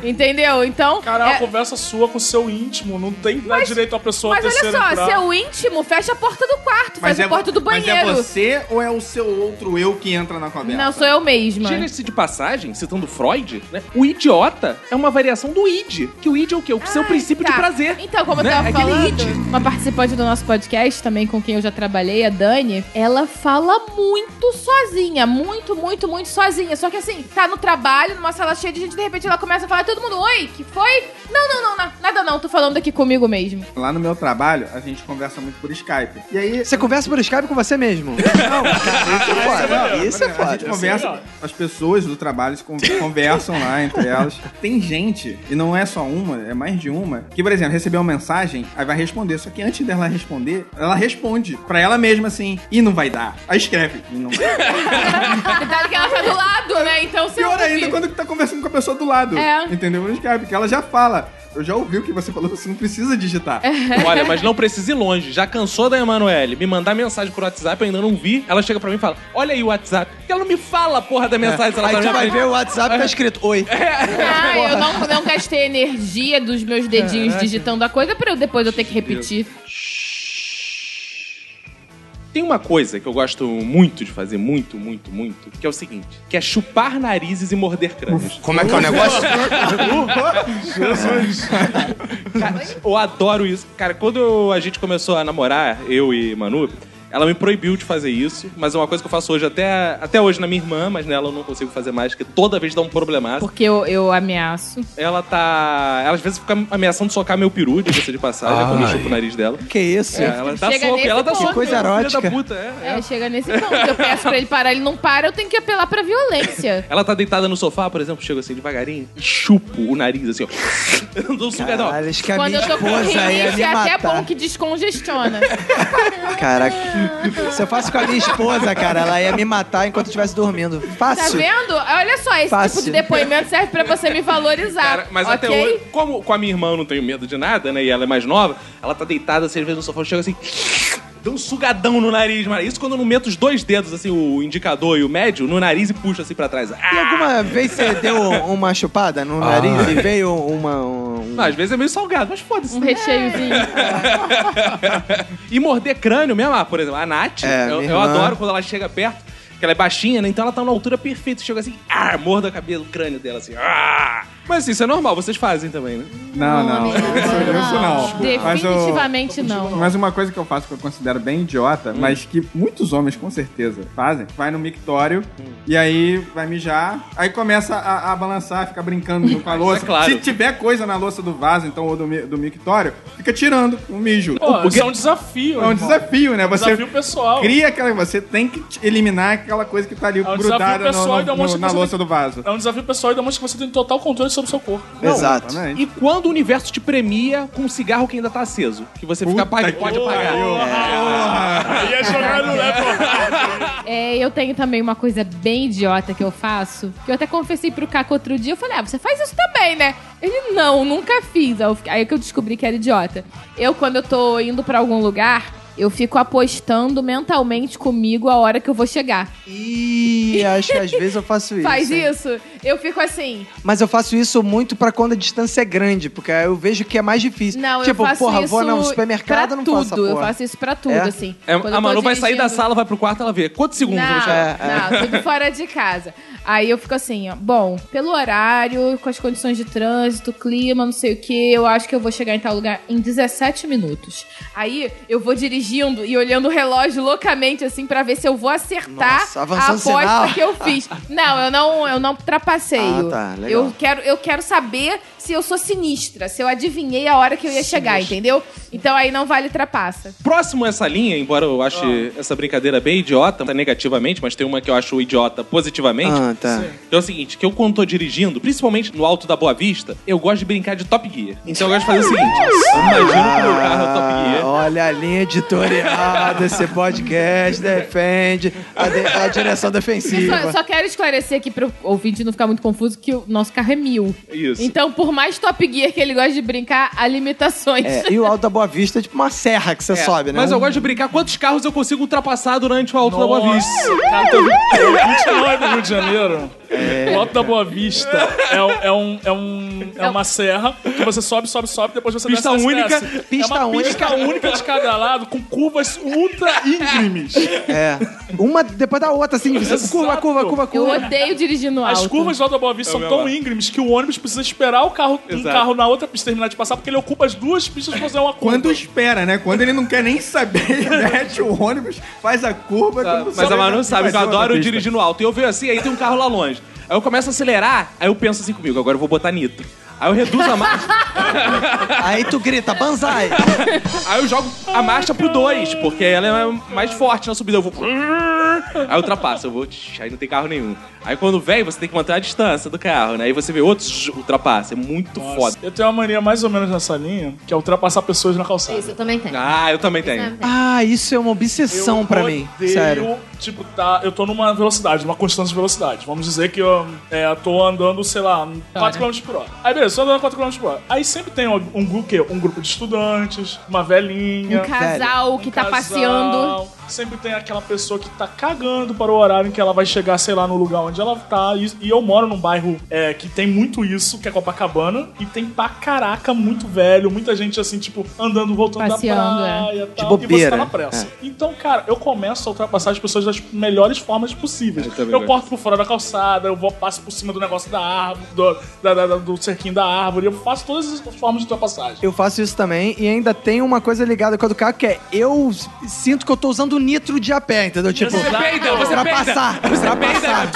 [LAUGHS]
entendeu? Então.
Cara, é uma
é-
conversa sua com o seu íntimo. Não tem dá direito a pessoa
Mas olha
terceira
só,
entrar.
seu íntimo fecha a porta do quarto, faz a
é,
porta do
mas
banheiro.
é você ou é o seu outro eu que entra na conversa?
Não, sou eu mesma.
Diga-se de passagem, citando Freud, né? O idiota é uma variação do id. Que o id é o quê? O seu
Ai,
princípio
tá.
de prazer.
Então, como
né?
eu
É
tava
Aquele
falando,
id.
uma participante do nosso podcast também, com quem eu já trabalhei, a Dani, ela fala muito sozinha, muito, muito, muito sozinha. Só que assim, tá no trabalho, numa sala cheia de gente, de repente ela começa a falar, todo mundo, oi, que foi? Não, não, não, na- nada não, tô falando aqui comigo mesmo.
Lá no meu trabalho, a gente conversa muito por Skype. E aí.
Você conversa por Skype com você mesmo. Não, cara, isso é
A
foda.
gente
Isso é foda.
conversa, as pessoas do trabalho
[LAUGHS]
se con- conversam lá entre elas. Tem gente, e não é só uma, é mais de uma, que, por exemplo, recebeu uma mensagem, aí vai responder. Só que antes dela responder, ela responde pra ela mesma assim, e não vai dar. Aí escreve, e não vai dar.
Detalhe que ela tá do lado, né? Então você
Pior
ouve.
ainda quando tá conversando com a pessoa do lado. [LAUGHS]
É.
Entendeu? No Skype, que ela já fala. Eu já ouvi o que você falou, você não precisa digitar.
É.
[LAUGHS] Olha, mas não precisa ir longe. Já cansou da Emanuele me mandar mensagem por WhatsApp, eu ainda não vi. Ela chega pra mim e fala: Olha aí o WhatsApp. Porque ela não me fala a porra da mensagem. se Ela
É. Aí
tá na
tu vai
minha frente.
ver o WhatsApp tá escrito oi.
Ah, eu não, não gastei energia dos meus dedinhos digitando a coisa pra eu depois eu ter que repetir.
Tem uma coisa que eu gosto muito de fazer, muito, muito, muito, que é o seguinte: que é chupar narizes e morder crânios.
Como é que é o negócio?
Cara, eu adoro isso. Cara, quando eu- a gente começou a namorar, eu e Manu, ela me proibiu de fazer isso, mas é uma coisa que eu faço hoje até, até hoje na minha irmã, mas nela eu não consigo fazer mais, porque toda vez dá um problemaço.
Porque eu, eu ameaço.
Ela tá. Ela às vezes fica ameaçando socar meu peru, diga-se de passagem, quando eu chupo o nariz dela.
Que isso?
É, ela dá
Chega
soco,
nesse
ela dá
ponto.
soco.
Coisa
filha
erótica.
Da puta, é, é.
É, chega nesse ponto. Eu peço pra ele parar, ele não para, eu tenho que apelar pra violência.
Ela tá deitada no sofá, por exemplo, chego assim devagarinho e chupo o nariz, assim, ó. [LAUGHS] Eu não dou sugar, não.
Caralho, acho que a
Quando
minha
eu tô com
esposa ia
rinite,
me
é até
matar.
bom que descongestiona.
Caraca. Se eu faço com a minha esposa, cara, ela ia me matar enquanto eu estivesse dormindo.
Tá
Fácil.
vendo? Olha só, esse
Fácil.
tipo de depoimento serve pra você me valorizar.
Cara, mas
ok?
até hoje, como com a minha irmã eu não tenho medo de nada, né? E ela é mais nova, ela tá deitada assim, às vezes no sofá, eu chego assim. [SNIFFS] Dá um sugadão no nariz, mano. Isso quando eu não meto os dois dedos, assim, o indicador e o médio, no nariz e puxo assim pra trás. Ah!
E alguma vez você deu uma chupada no nariz e veio uma. um-
Não, às vezes é meio salgado, mas foda-se. né?
Um recheiozinho.
[LAUGHS] E morder crânio mesmo, ah, por exemplo, a Nath,
É,
eu,
minha
eu
irmã.
adoro quando ela chega perto, que ela é baixinha, né? Então ela tá numa altura perfeita. Chega assim, ah, morda a cabeça, o crânio dela assim. Ah. Mas assim, isso é normal, vocês fazem também, né?
Não, Ah, não.
amigo,
Isso
não.
isso não. Mas eu-
Definitivamente não.
Mas uma coisa que eu faço que eu considero bem
Hum.
idiota, mas que muitos homens com certeza fazem, vai no mictório
Hum.
e aí vai mijar, aí começa a, a balançar, fica brincando
é
com a louça.
claro.
Se tiver coisa na louça do vaso, então, ou do, mi- do mictório, fica tirando o mijo.
Pô,
Porque
Isso é um desafio.
é um
irmão.
desafio, né? Você
Desafio pessoal.
cria aquela. Você tem que te- eliminar aquela coisa que tá ali
um desafio
grudada no-
pessoal e
no-
demonstra que
na
você
louça
tem-
do vaso.
É um desafio pessoal e demonstra que você tem total controle sobre o seu corpo.
Exato.
Exatamente.
E quando o universo te premia com um cigarro que ainda tá aceso, que você fica
Puta
apag...
que
pode apagar.
Aí é jogar no
É, eu tenho também uma coisa bem idiota que eu faço, que eu até confessei pro Caco outro dia, eu falei, ah, você faz isso também, né? Ele, não, nunca fiz. Aí eu fiquei- Aí que eu descobri que era idiota. Eu, quando eu tô indo pra algum lugar, eu fico apostando mentalmente comigo a hora que eu vou chegar.
Ih, acho que às vezes eu faço isso.
Faz
hein?
isso? Eu fico assim,
Mas eu faço isso muito pra quando a distância é grande, porque aí eu vejo que é mais difícil.
não,
tipo,
eu faço
porra,
isso
vou no supermercado,
pra
não
tudo.
faço essa
eu
porra.
faço isso pra tudo,
É?
assim.
É,
Quando eu
a
tô
Manu vai sair da
dirigindo-
sala, vai pro quarto, ela vê. Quantos segundos eu vou
Não,
chegar?
É,
não, tudo fora de casa. Aí eu fico assim, ó. Bom, pelo horário, com as condições de trânsito, clima, não sei o que, eu acho que eu vou chegar em tal lugar em 17 minutos. Aí eu vou dirigindo e olhando o relógio loucamente, assim, pra ver se eu vou acertar
Nossa,
a
avançando
aposta
sinal.
que eu fiz. Não, eu não, eu não trapaceio.
Ah, tá, legal.
Eu quero, eu quero saber se eu sou sinistra, se eu adivinhei a hora que eu ia chegar, entendeu? Então aí não vale trapaça.
Próximo a essa linha, embora eu ache essa brincadeira bem idiota, tá negativamente, mas tem uma que eu acho idiota positivamente.
Ah, tá.
Que é o seguinte, que eu quando tô dirigindo, principalmente no alto da Boa Vista, eu gosto de brincar de Top Gear. Então eu gosto de fazer o seguinte, eu imagino que o meu carro é o Top
Ah,
Gear.
olha a linha editorial desse podcast, defende a, de- a direção
Eu só,
defensiva.
só quero esclarecer aqui pro ouvinte não ficar muito confuso que o nosso carro é mil.
Isso.
Então, por mais Top Gear que ele gosta de brincar, há limitações.
É, e o Alto da Boa Vista é tipo uma serra que você
É,
sobe, né?
Mas eu
Um-
gosto de brincar quantos carros eu consigo ultrapassar durante o alto da Boa Vista.
Cara, teve- teve 29 no Rio de Janeiro. o Alto da É. Boa Vista é, um- é um, é, um, é uma serra que você sobe, sobe, sobe, depois você
Pista
desce,
única,
desce, desce.
pista
é uma pista
única.
única de cada lado, com curvas ultra íngremes.
É. Uma depois da outra, assim.
Exato.
Curva, curva, curva,
Eu
curva.
odeio dirigir no alto.
As curvas do Alto da Boa Vista
É
são
mesmo.
tão íngremes que o ônibus precisa esperar o carro, um
Exato.
carro na outra pista terminar de passar, porque ele ocupa as duas pistas pra fazer uma curva.
Quando espera, né? Quando ele não quer nem saber,
[LAUGHS]
ele mete o ônibus, faz a curva.
Tá,
quando
Mas
sobe,
a Manu
ele
sabe
vai
é
que eu
ser outra
[LAUGHS] adoro
pista.
dirigir no alto. E eu vejo assim, aí tem um carro lá longe. Aí eu começo a acelerar, aí eu penso assim comigo, agora eu vou botar nitro. Aí eu reduzo a marcha,
Aí tu
[LAUGHS]
grita, banzai!
aí eu jogo a marcha pro 2, porque ela é mais forte na subida. Eu vou. Aí eu ultrapasso, eu vou. tch, Aí não tem carro nenhum. Aí quando vem, você tem que manter a distância do carro, né? Aí você vê outros ultrapassa. É muito
Nossa,
foda.
Eu tenho uma mania mais ou menos nessa linha, que é ultrapassar pessoas na calçada.
Isso, eu também tenho.
Ah, eu também tenho.
Tá
Ah, isso é uma obsessão
Eu
pra mim.
odeio,
Sério.
Tipo, tá, eu tô numa velocidade, numa constante de velocidade. Vamos dizer que eu é, tô andando, sei lá, 4 km por hora. Aí beleza, tô andando 4 km por hora. Aí sempre tem um, um grupo, o quê? Um grupo de estudantes, uma velhinha.
Um casal que tá
Um casal.
passeando.
Sempre tem aquela pessoa que tá cagando para o horário em que ela vai chegar, sei lá, no lugar onde ela tá. E, e eu moro num bairro é, que tem muito isso, que é Copacabana. E tem pra caraca muito velho, muita gente assim, tipo, andando, voltando
Passeando,
da
é.
praia e tal. E você
bobeira.
tá na pressa.
É.
Então, cara, eu começo a ultrapassar as pessoas das melhores formas possíveis.
Eu
Eu,
também gosto.
corto por fora da calçada, eu vou, passo por cima do negócio da árvore, do, da- da- da- do cerquinho da árvore. Eu faço todas as formas de ultrapassagem.
Eu faço isso também e ainda tem uma coisa ligada com a do carro que é eu s- sinto que eu tô usando nitro de a pé, entendeu? Tipo,
peida, você
pra
peida.
passar, pra passar.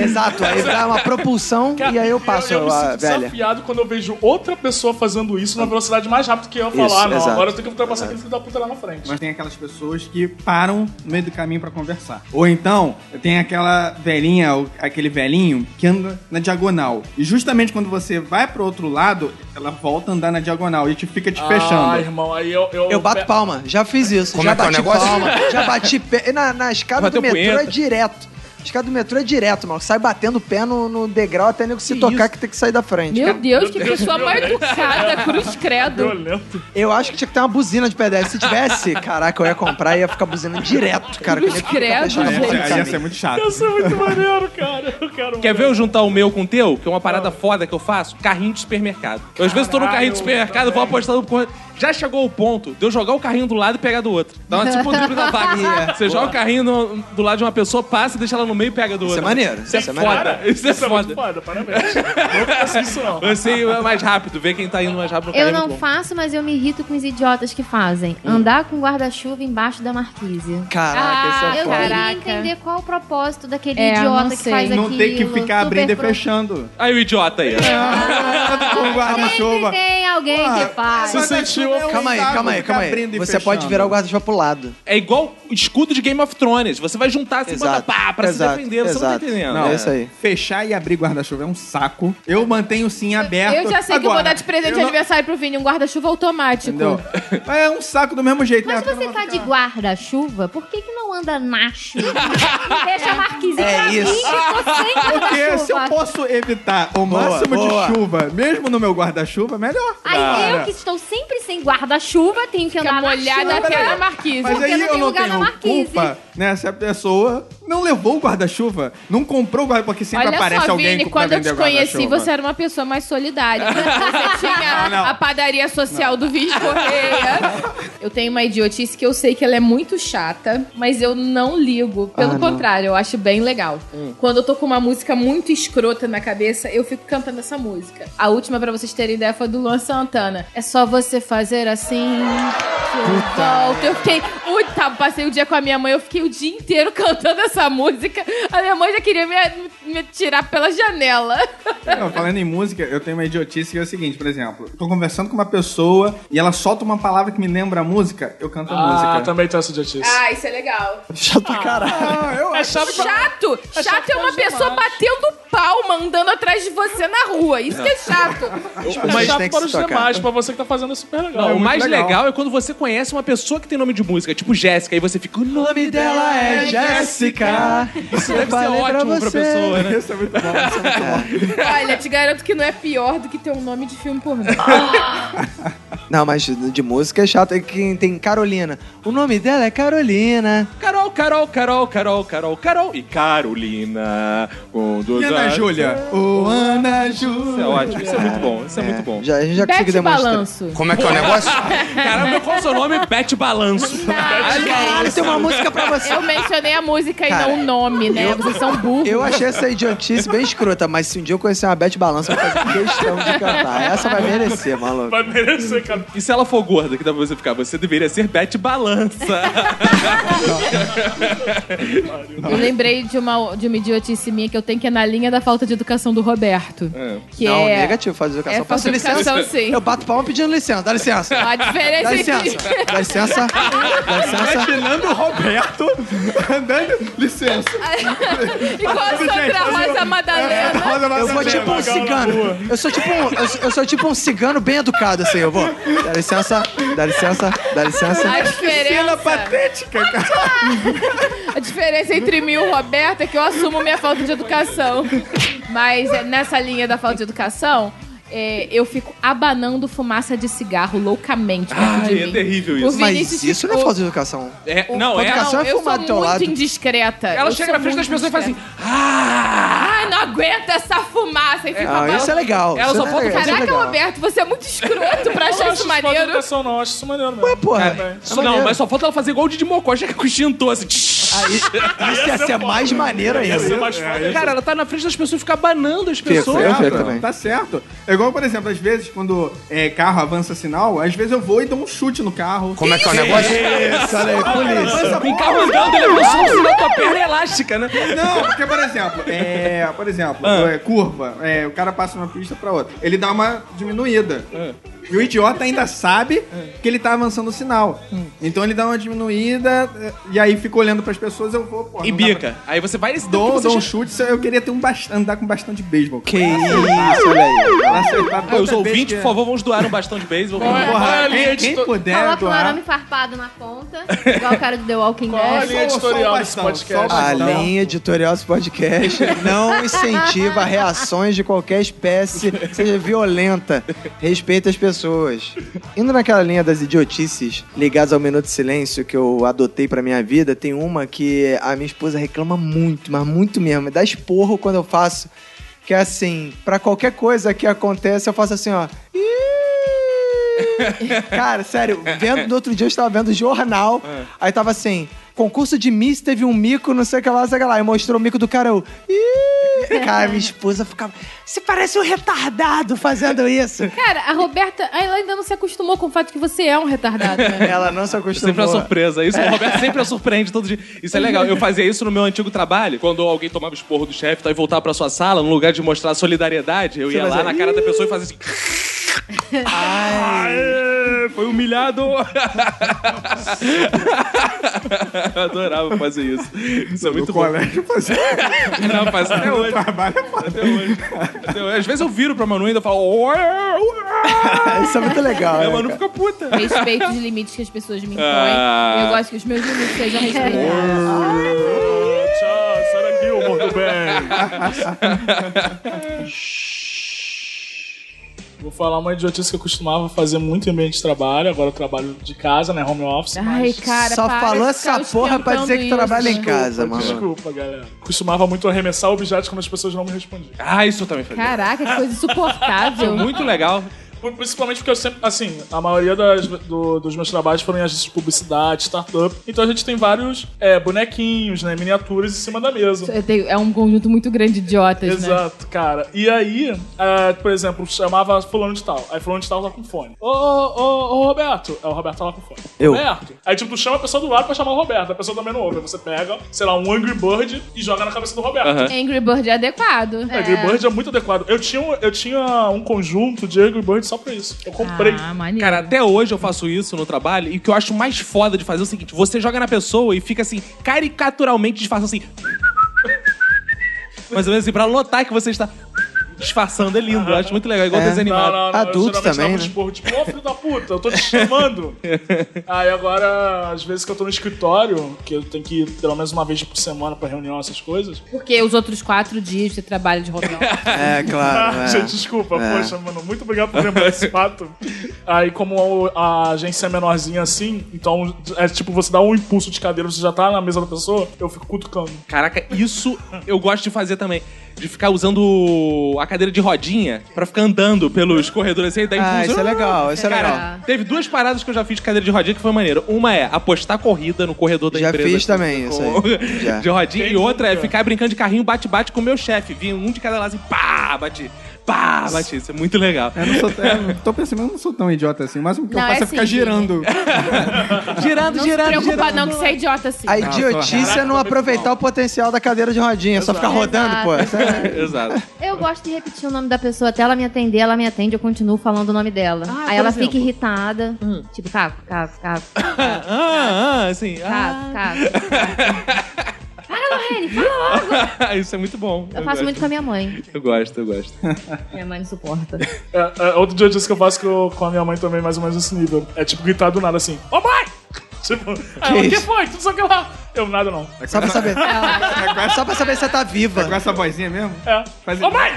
Exato, aí dá uma propulsão
Cara,
e aí eu passo
eu, me
a
sinto
velha.
desafiado quando eu vejo outra pessoa fazendo isso na velocidade mais rápida que eu falar,
Isso,
ah, não,
exato.
agora eu tenho que ultrapassar aquele filho da puta lá na frente.
Mas tem aquelas pessoas que param no meio do caminho pra conversar. Ou então, tem aquela velhinha, ou aquele velhinho que anda na diagonal. E justamente quando você vai pro outro lado, ela volta a andar na diagonal e te fica te
Ah,
fechando.
irmão, aí eu... Eu,
Eu bato palma, já fiz isso.
Como
já
é que é o
bati
negócio?
palma, já bati pé. Na, na escada
Bateu
do metrô é
um punheta.
direto. A escada do metrô é direto, mano. Sai batendo o pé no, no degrau até nego se tocar que tem que sair da frente.
Meu Deus, que pessoa mal educada, cruz credo.
Violento.
Eu acho que tinha que ter uma buzina de pedestre. Se
[LAUGHS]
tivesse, caraca, eu ia comprar e ia ficar buzinando direto, cara. Que
Cruz
nego fica
credo,
fechando a
gente.
porta do
Aí ia
caminho.
ser muito chato.
Isso é muito maneiro, cara. Eu quero...
Quer ver eu juntar o meu com o teu? Que é uma parada foda que eu faço? Carrinho de supermercado. Eu, às vezes tô no carrinho de supermercado, vou apostando por. Já chegou o ponto de eu jogar o carrinho do lado e pegar do outro. Dá uma tipo um drible [LAUGHS] da vaca. Você joga o carrinho no- do lado de uma pessoa, passa, deixa ela no meio e pega do
Isso é
outro.
maneiro,
Isso é
isso é
foda.
Cara,
Isso é
isso é muito
foda.
foda, parabéns. Não faço isso, não.
Você é mais rápido, vê quem tá indo mais rápido no
Eu
carrinho.
não
é muito bom.
faço, mas eu me irrito com os idiotas que fazem.
Hum.
Andar com guarda-chuva embaixo da marquise.
Caraca, isso
Ah,
é
Eu
foda.
caralho.
queria
Caraca.
entender qual o propósito daquele
É, eu não
idiota que
sei.
faz aquilo.
Não tem que ficar
super
abrindo e
pro-
fechando.
Aí o idiota aí. ó.
Ah, com
Sempre
guarda-chuva.
tem alguém
Porra,
que faz.
Você sentiu...
é um
Calma aí,
saco
calma aí,
ficar
calma aí.
abrindo e
Você pode
fechando.
virar o guarda-chuva pro lado.
É igual escudo de Game of Thrones. Você vai juntar, você bota
Exato,
pá pra
exato,
se defender. Você não
exato.
tá entendendo.
Não,
É.
é isso aí.
Fechar e abrir guarda-chuva é um saco. Eu mantenho sim aberto.
Eu já sei que eu vou
Agora,
dar de presente
eu
de
não-
aniversário pro Vini, um guarda-chuva automático.
Entendeu? Mas é um saco do mesmo jeito, né?
Mas se você tá de guarda-chuva, por que que não anda na chuva? Deixa a marquise
É
pra
isso.
mim que eu tô sem
Porque se eu
guarda-chuva.
posso evitar o máximo
boa.
de chuva, mesmo no meu guarda-chuva, melhor.
Aí eu que estou sempre sem guarda-chuva, tenho que
Fica
andar na
molhada
chuva.
até na
peraí.
marquise.
Mas
porque
aí
não
eu
tem
não
lugar na
tenho
marquise.
culpa, né? Se a pessoa não levou o guarda-chuva, não comprou o guarda-chuva, porque sempre
Olha
aparece
só,
alguém
Vini,
que vai
quando eu
vender
te conheci,
guarda-chuva.
você era uma pessoa mais solidária. Você tinha
Não, não.
a padaria social do Vini Correia. Eu tenho uma idiotice que eu sei que ela é muito chata, mas eu não ligo. Pelo
Ah, não.
contrário, eu acho bem legal. Quando eu tô com uma música muito escrota na cabeça, eu fico cantando essa música. A última, pra vocês terem ideia, foi do Luan Santana. É só você fazer assim. que eu volto. Eu fiquei. Ui, tá, passei o dia com a minha mãe, eu fiquei o dia inteiro [LAUGHS] cantando essa música. A minha mãe já queria me, me tirar pela janela.
Não, falando em música, eu tenho uma idiotice que é o seguinte, por exemplo, eu tô conversando com uma pessoa e ela solta uma palavra que me lembra a música, eu canto a
Ah,
música.
também tem essa idiotice.
Ah, isso é legal.
Chato pra caralho.
Ah, eu
É chato pra...
Chato!
É chato
Chato é uma
demais.
pessoa batendo palma andando atrás de você na rua. Isso que é chato.
Mas
Mas
chato
tem que
para os
se tocar.
demais, pra você que tá fazendo é super legal.
o mais legal.
legal.
é quando você conhece uma pessoa que tem nome de música, tipo Jéssica, aí você fica. O nome dela é Jéssica. Isso deve ser
falei pra
ótimo pra
você.
pessoa, né?
Isso é muito bom, isso é muito bom.
Olha, te garanto que não é pior do que ter um nome de filme pornô.
Não, mas de música é chato. É quem tem Carolina. O nome dela é Carolina.
Carol, Carol, Carol, Carol, Carol, Carol e Carolina. Com duas
E Ana
asas.
Júlia? Ô, Ana
Isso é
Júlia.
ótimo, isso é muito bom, isso é, muito bom.
Já, a gente já conseguiu
Bete
demonstrar.
balanço.
Como é que é o negócio?
Caramba, qual é o seu [LAUGHS] nome? Bete Balanço.
Caralho, tem uma música pra você.
Eu mencionei a música
Cara,
e não o nome, né? Vocês são burros.
Eu achei essa idiotice bem escrota, mas se um dia eu conhecer uma Beth Balança, eu vou fazer questão de cantar. Essa vai merecer, maluco.
Vai merecer, cara.
E se ela for gorda, que dá pra você ficar? Você deveria ser Bete Balança.
Eu lembrei de uma, de uma idiotice minha que eu tenho que é na linha da falta de educação do Roberto. Que
Não,
é...
negativo, fazer educação.
é
Faço
falsificação,
licença.
sim.
Eu bato palma pedindo licença. Dá licença.
A diferença
Dá
é que-
licença.
[LAUGHS]
Dá licença. Dá licença.
Imaginando o Roberto andando. Licença.
Igual a Sandra Rosa Madalena.
Rosa
Eu vou
Madalena.
tipo um cigano. Eu sou tipo um, eu sou, eu sou tipo um cigano bem educado, assim. Eu vou. Dá licença. Dá licença. Dá licença.
A
Cena
diferença,
patética, cara.
a diferença entre mim e o Roberto é que eu assumo minha falta de educação. Mas é, nessa linha da falta de educação, é, eu fico abanando fumaça de cigarro loucamente perto de
Ai, [LAUGHS] é
mim.
terrível
O
isso.
Vinícius
Mas isso não é
ficou-
falta de educação.
É, não, é.
educação é
eu sou
fumar do teu
muito
lado.
indiscreta.
Ela
Eu
chega
sou
na frente das
muito
pessoas e faz assim.
indiscreta.
Ah!
Ai, não aguento essa fumaça. E fica
Ah,
falando,
isso é legal.
Ela
isso
só
é
falta-
legal, isso é
Caraca,
legal.
Roberto, você é muito escroto pra
Eu não
achar
acho
isso
falta de
maneiro.
educação, não. Eu acho isso maneiro mesmo.
Ué, porra. é
Isso assim, não, mas só falta ela fazer igual o Didi Mocó, chega com o extintor, assim.
Aí, isso ia ser mais maneiro
Isso é
ainda.
mais
[LAUGHS]
foda.
Cara, ela tá na frente das pessoas e fica banando as
Fica,
pessoas.
eu
Tá,
fico também.
Tá certo. É igual, por exemplo, às vezes, quando é, carro avança sinal, às vezes eu vou e dou um chute no carro.
Como é que é o negócio?
Isso, olha aí, polícia.
Com o carro andando, ele avançou um sinal com a perna elástica, né?
Não, porque, por exemplo, é, por exemplo, é, curva, é, o cara passa uma pista pra outra. Ele dá uma diminuída. E o idiota ainda sabe que ele tá avançando o sinal.
Hum.
Então ele dá uma diminuída é, e aí fica olhando pras pessoas, eu vou, pô.
E
não dá
bica. Aí você vai esse
pra- Dou,
você
dou um
já-
chute, só eu queria ter um bast... andar com bastante beisebol.
Tá
Que isso, olha aí.
Pra acertar
Ah, os
toda vez
ouvintes,
que-
por favor, vamos doar um bastão de beisebol.
Bora. Qual é a
Porra,
linha
quem,
de
quem
to-
puder
Coloca um
doar.
arame farpado na ponta, igual o cara do The Walking
Qual a
Dead.
É,
linha editorial desse podcast?
A linha editorial desse podcast não incentiva reações de qualquer espécie, seja violenta. Respeita as pessoas. Indo naquela linha das idiotices ligadas ao Minuto de Silêncio que eu adotei pra minha vida, tem uma que a minha esposa reclama muito, mas muito mesmo. Dá esporro quando eu faço. Que é assim, pra qualquer coisa que acontece, eu faço assim, ó. [LAUGHS] Cara, sério, vendo, no outro dia eu estava vendo jornal, aí tava assim, concurso de Miss teve um mico, não sei o que lá, não sei o que lá, e mostrou o mico do cara, eu... "Ih!" Cara, minha esposa ficava, você parece um retardado fazendo isso.
Cara, a Roberta, ela ainda não se acostumou com o fato que você é um retardado,
[LAUGHS]
né?
Ela não se
Sempre
acostumou.
a surpresa.
É.
Isso, o Roberto sempre a surpreende todo dia. Isso é legal. Eu fazia isso no meu antigo trabalho, quando alguém tomava esporro do chefe tal, e voltava pra sua sala, no lugar de mostrar solidariedade, eu
Você
ia lá
fazia,
na cara da pessoa e fazia assim. Aê, foi humilhado! eu adorava fazer isso. Isso é muito
No
bom.
colégio fazia.
Não, faz até
No
hoje.
trabalho é foda.
Até hoje. Até hoje. Às vezes eu viro pra Manu e ainda falo. "Ué, ué".
[LAUGHS] Isso é muito legal.
E a
né,
Manu
cara?
fica puta.
Respeito os limites que as pessoas me impõem.
Ah.
Eu gosto que os meus limites sejam respeitados.
Tchau, Sarah Gilmore do bem. Vou falar uma idiotice que eu costumava fazer muito em ambiente de trabalho, agora eu trabalho de casa, né? Home office.
Ai,
mas...
cara,
É. Só
para
falou
de
essa
ficar
porra pra dizer que
ostentando
trabalha
isso.
em casa, mano.
Desculpa, galera. Costumava muito arremessar objetos quando as pessoas não me respondiam.
Ah, isso eu também fazia. [LAUGHS]
Caraca, que coisa insuportável.
Muito legal.
Por- Principalmente porque eu sempre, assim, a maioria das- do- dos meus trabalhos foram em agências de publicidade, startup. Então a gente tem vários é, bonequinhos, né? Miniaturas em cima da mesa.
Eu tenho- É um conjunto muito grande de idiotas, né?
Exato, cara. E aí, ah, por exemplo, chamava fulano de tal. Aí fulano de tal tá com fone. Ô, ô, ô, ô, Roberto. Aí o Roberto tá lá com fone.
Eu.
Roberto. Aí, tipo, tu chama a pessoa do lado pra chamar o Roberto. A pessoa também não ouve. Aí você pega, sei lá, um Angry Bird e joga na cabeça do Roberto.
Angry Bird é adequado.
Angry Bird é muito adequado. Eu tinha, um- eu tinha um conjunto de Angry Bird só pra isso. Eu comprei.
Ah, maneiro.
Cara, até hoje eu faço isso no trabalho e o que eu acho mais foda de fazer é o seguinte: você joga na pessoa e fica assim, caricaturalmente disfarçando assim. [LAUGHS] Mais ou menos assim, pra lotar que você está disfarçando. É lindo, eu acho muito legal, igual
É.
desenho
Não,
animado.
não, não.
Adulto
eu geralmente
também,
dava
né?
uns esporro, tipo, ô filho da puta, eu tô te
[LAUGHS]
chamando. Aí agora, às vezes que eu tô no escritório, que eu tenho que ir pelo menos uma vez por semana pra reunião, essas coisas.
Porque os outros quatro dias você trabalha de rodão.
É, claro.
Ah,
é.
gente, desculpa,
É.
poxa, mano, muito obrigado por lembrar esse fato. Aí, como a agência é menorzinha assim, então é tipo, você dá um impulso de cadeira, você já tá na mesa da pessoa, eu fico cutucando.
Caraca, isso eu gosto de fazer também. De ficar usando a cadeira de rodinha pra ficar andando pelos corredores assim, daí
Ah,
funciona.
isso é legal, isso é
Cara,
legal.
teve duas paradas que eu já fiz de cadeira de rodinha que foi maneiro. Uma é apostar corrida no corredor da
Já
empresa.
fiz também isso
[LAUGHS]
aí. Já.
De rodinha.
Quem
e outra é
nunca?
ficar brincando de carrinho bate-bate com o meu chefe. Vinha um de cada lado assim, pá, bati. Pá, bati. Isso é muito legal.
Eu não sou, eu não tô pensando, eu não sou tão idiota assim. O máximo que
Não,
eu faço
é
é ficar
sim,
girando.
Girando,
Não se
girando,
preocupa
girando.
não que você é idiota assim.
A idiotice é não aproveitar o potencial da cadeira de rodinha, é só ficar rodando, pô. Isso
[LAUGHS]
é-
Exato.
Eu gosto de repetir o nome da pessoa até ela me atender, ela me atende, eu continuo falando o nome dela.
Ah, por
Aí ela
exemplo?
fica irritada. Tipo, caco, caco, caco, caco,
Ah, ah, assim. ah.
caco, caco. Fala, Lorraine, fala logo.
[LAUGHS] isso é muito bom.
Eu faço
gosto.
muito com a minha mãe.
Eu gosto, eu gosto.
Minha mãe não suporta.
É, é, outro dia eu disse que eu faço que eu- com a minha mãe também, mais ou menos nesse nível. É tipo gritar do nada assim, ô mãe! [LAUGHS] Tipo, aí ela, o que
isso?
foi? Tudo só que lá. Eu, nada não.
Só pra saber.
Agora-
Só pra saber se você tá viva.
Com essa vozinha mesmo?
É.
Faz-
Ô mãe!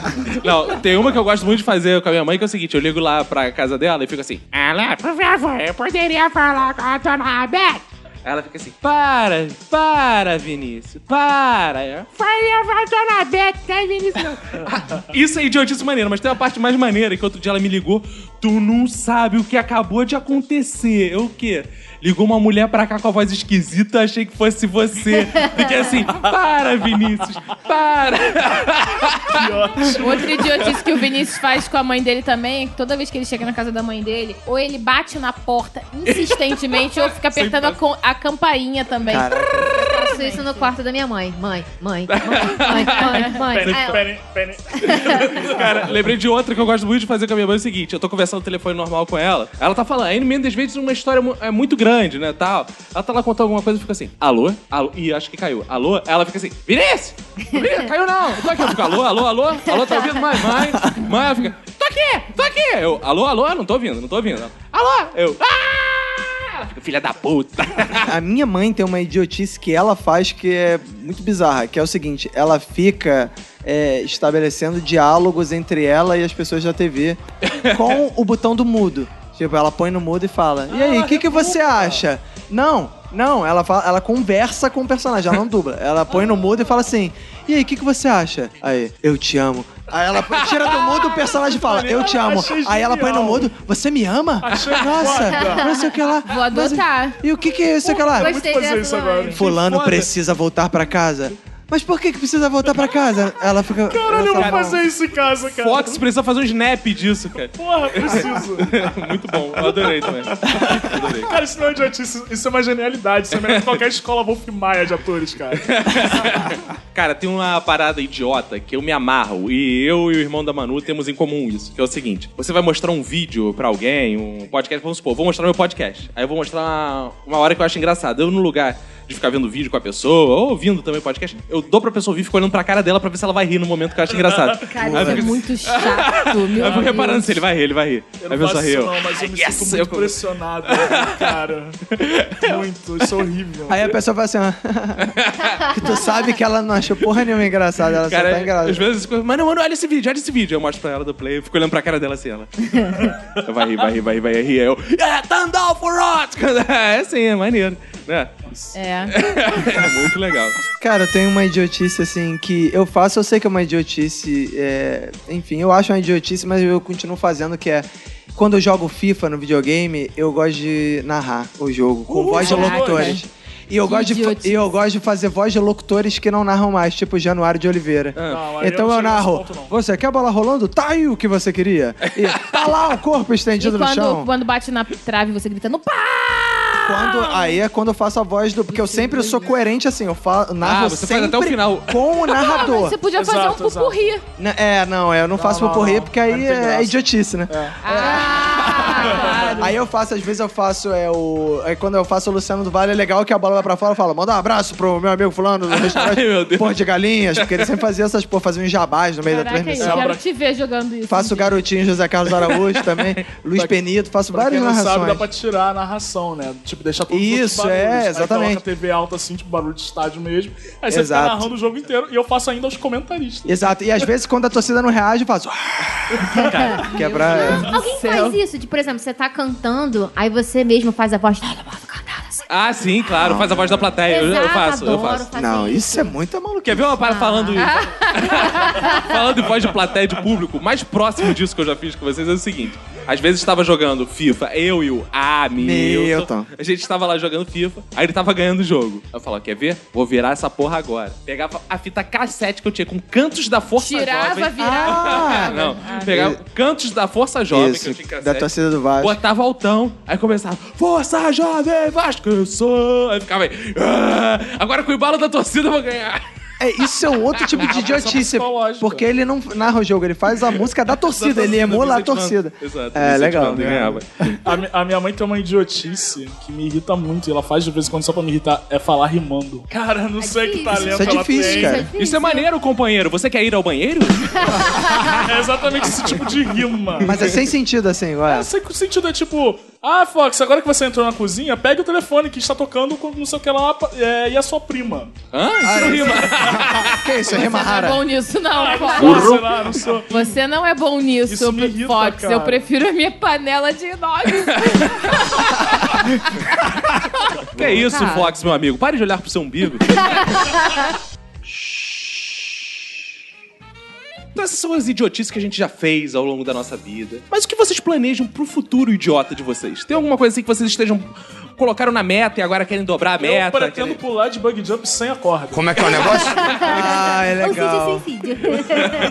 [LAUGHS] Não, tem uma que eu gosto muito de fazer com a minha mãe, que é o seguinte: eu ligo lá pra casa dela e fico assim, ela, por favor, eu poderia falar com a dona Beth? Ela fica assim, para, para, Vinícius, para. Eu, Faria com a dona Beth, tá, Vinícius? Não. Ah, Isso é idiotice maneira, mas tem uma parte mais maneira que outro dia ela me ligou, tu não sabe o que acabou de acontecer. Eu o quê? Ligou uma mulher pra cá com a voz esquisita, achei que fosse você. Fiquei assim, para, Vinícius, para.
Outro idiotice que o Vinícius faz com a mãe dele também é que toda vez que ele chega na casa da mãe dele, ou ele bate na porta insistentemente, ou fica apertando a, com- a campainha também.
Eu faço isso no quarto da minha mãe. Mãe, mãe, mãe, mãe, mãe, mãe. Aí ela-
Pera, pera.
Cara, lembrei de outra que eu gosto muito de fazer com a minha mãe. É o seguinte, eu tô conversando no telefone normal com ela. Ela tá falando, aí no meio das vezes uma história mu- é muito grande, né, tal. Ela tá lá contando alguma coisa e fica assim, alô? Alô? Ih, acho que caiu. Alô? Ela fica assim, Vinícius! Vinícius, caiu não! Eu tô aqui. é?" Eu fico, alô, alô, alô? Alô, tá ouvindo? Mãe, mãe. Mãe, ela fica, tô aqui, tô aqui! Eu, alô, alô? Não tô ouvindo, não tô ouvindo. Ela, alô? Eu, ah! Ela fica, filha da puta.
A minha mãe tem uma idiotice que ela faz que é muito bizarra, que é o seguinte, ela fica é, estabelecendo diálogos entre ela e as pessoas da TV com o botão do mudo. Tipo, ela põe no mudo e fala, e aí, o que, que você acha? Não, não, ela, fala- ela conversa com o personagem, ela não dubla. Ela põe no mudo e fala assim, e aí, o que, que você acha? Aí, eu te amo. Aí ela tira do mudo, o personagem fala, eu te amo.
Achei
Aí ela põe no
genial.
mudo, você me ama?
Achei
Nossa,
foda.
não sei o que lá.
Vou adotar.
E o que, que é isso que lá?
Gostei
fazer
dessa
isso
mãe.
agora.
Fulano
Foda.
precisa voltar pra casa. Mas por que, que precisa voltar pra casa? Ela fica.
Caralho, eu
ela
vou
fala,
fazer isso em casa, cara.
Fox precisa fazer um snap disso, cara.
Porra, preciso.
[LAUGHS] Muito bom, eu adorei também. Adorei.
Cara, isso não é idiotice, isso é uma genialidade. Isso é melhor que qualquer escola Wolf Maia de atores, cara.
Cara, tem uma parada idiota que eu me amarro e eu e o irmão da Manu temos em comum isso, que é o seguinte: você vai mostrar um vídeo pra alguém, um podcast, vamos supor, vou mostrar meu podcast. Aí eu vou mostrar uma hora que eu acho engraçada. Eu, no lugar de ficar vendo vídeo com a pessoa, ou ouvindo também o podcast, eu dou pra pessoa ouvir e fico olhando pra cara dela pra ver se ela vai rir no momento que eu acho
[LAUGHS]
engraçado.
Cara,
Aí eu
isso é
fico-
muito chato, meu
É
Aí eu fico reparando
Deus.
se ele vai rir, ele vai rir.
Eu
Aí a
não
pessoa
faço
riu.
isso não, mas eu me
Yes!
sinto
Eu
muito
comecei.
pressionado,
[LAUGHS]
cara. Muito, isso é horrível.
Aí a pessoa fala assim, ó. [LAUGHS] que tu sabe que ela não achou porra nenhuma engraçada, ela só tá
Cara, é,
engraçada.
às vezes, coisas, mano, mano, olha esse vídeo, olha esse vídeo. Eu mostro pra ela do play, eu fico olhando pra cara dela assim, ela. [LAUGHS] vai rir, vai rir, vai rir, vai rir. Aí eu, é, [LAUGHS] Tandal Forot! [LAUGHS] É assim, é maneiro. Né?
É.
É muito legal.
Cara, eu tenho uma idiotice, assim, que eu faço, eu sei que é uma idiotice, é, enfim, eu acho uma idiotice, mas eu continuo fazendo, que é... Quando eu jogo FIFA no videogame, eu gosto de narrar o jogo, com
Uh,
voz de
caraca.
locutores. E eu,
Que
gosto de, fa-
idiotice.
e eu gosto de fazer voz de locutores que não narram mais, tipo Januário de Oliveira.
Ah,
Não, aí eu
então
não
eu,
chego nesse
narro,
ponto, não.
você quer a bola rolando? Tá aí o que você queria. E tá lá o corpo
E
estendido tá no chão.
quando, quando bate na trave, você gritando pá!
Quando- aí é quando eu faço a voz do. Porque eu sempre sou coerente assim, eu falo, narro
Ah, você faz
sempre
até o final.
com o narrador.
Você podia fazer
Exato,
um
exato.
pupurri.
N- É, não, é, eu não, faço
não,
poporri
não.
porque aí
Aí não tem
é,
graça.
idiotice, né?
Ah,
Aí eu faço, às vezes eu faço, é o. Aí quando eu faço o Luciano do Vale, é legal que a bola vai pra fora e fala: manda um abraço pro meu amigo fulano do restaurante
meu Deus.
Porra de Galinhas, porque ele sempre fazia essas, pô, fazia uns jabás no meio da
Caraca, é eu
transmissão.
quero te ver jogando isso.
tá Faço o garotinho José Carlos Araújo também, Luiz Penido, faço
Pra
várias
quem não sabe, dá pra
narrações.
tirar a narração, né? Tipo, deixar todos
Isso,
os barulhos.
é,
Aí
exatamente.
coloca a TV alta, assim, tipo, barulho de estádio mesmo. Aí você
Exato.
fica narrando o jogo inteiro e eu faço ainda aos comentaristas.
Exato, e às vezes quando a torcida não reage, eu faço. "Ah", [LAUGHS] que é pra.
Alguém faz isso? De, por exemplo, você tá cantando, aí você mesmo faz a voz.
Ah, sim, claro. Faz a voz da plateia. É, Eu, eu
Exato,
faço, eu
adoro
faço.
fazer
Não, isso é muita
Quer
maluquice.
ver uma parada falando isso? [LAUGHS] falando em voz de plateia de público, o mais próximo disso que eu já fiz com vocês é o seguinte. Às vezes estava jogando FIFA, eu e o Hamilton.
Milton.
A gente estava lá jogando FIFA, aí ele tava ganhando o jogo. Eu falava, quer ver? Vou virar essa porra agora. Pegava a fita cassete que eu tinha com cantos da Força
Tirava,
Jovem.
Ah,
Ah,
virava.
Não, pegava cantos da Força Jovem que eu tinha
Ah, Isso,
em cassete.
da torcida do Vasco.
Botava altão, aí começava, Força Jovem Vasco, eu sou. Aí ficava aí, "Ah, agora com o embalo da torcida eu vou ganhar.
É, isso é um outro tipo de idiotice.
psicológica.
Porque ele não narra o jogo, ele faz a música da torcida,
Da torcida,
ele emula a
incentivando.
torcida.
Exato,
É,
incentivando,
legal.
ele ganhava.
A, mi- a minha mãe tem uma idiotice que me irrita muito. E ela faz de vez em quando só pra me irritar. É falar rimando. Cara, não sei que
difícil.
talento
Isso é
ela
difícil,
tem.
cara.
Isso é maneiro, companheiro. Você quer ir ao banheiro?
É exatamente esse tipo de rima.
Mas é sem sentido, assim,
Eu
ué.
sei que o sentido é tipo, ah, Fox, agora que você entrou na cozinha, pegue o telefone que está tocando com não sei o que lá é, e a sua prima.
Hã? Isso não rima.
que isso, é rima
Você não é
rara.
bom nisso, não, Fox.
Burro. Sei lá, não sou.
Você não é bom nisso,
Isso me irrita,
Fox.
cara.
Eu prefiro a minha panela de nove.
Que isso,
Cara.
Fox, meu amigo? Pare de olhar pro seu umbigo. Então essas são as idiotices que a gente já fez ao longo da nossa vida. Mas o que vocês planejam pro futuro idiota de vocês? Tem alguma coisa assim que vocês estejam... Colocaram na meta e agora querem dobrar a meta?
Eu pretendo
querem-
pular de bug jump sem a corda.
Como é que é o negócio?
Ah, é legal.
Ou seja,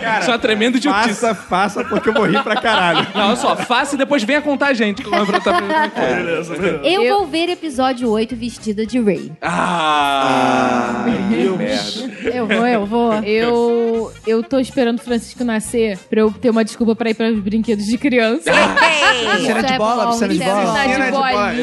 [LAUGHS]
Cara, Isso é uma tremenda idiotice.
Faça, faça, porque eu vou rir pra caralho.
[LAUGHS] Não, olha só, faça e depois venha contar a gente. como é pra tá-
Beleza, beleza.
eu,
Eu-
vou ver episódio 8 vestida de Ray.
Ah, que merda.
Eu vou, eu vou. [LAUGHS] Eu, eu tô esperando o Francisco nascer pra eu ter uma desculpa pra ir para os brinquedos de criança.
Piscina
Isso
de
é
bola,
bom,
piscina de
[LAUGHS] isso é
bola.
verdade.
Piscina
de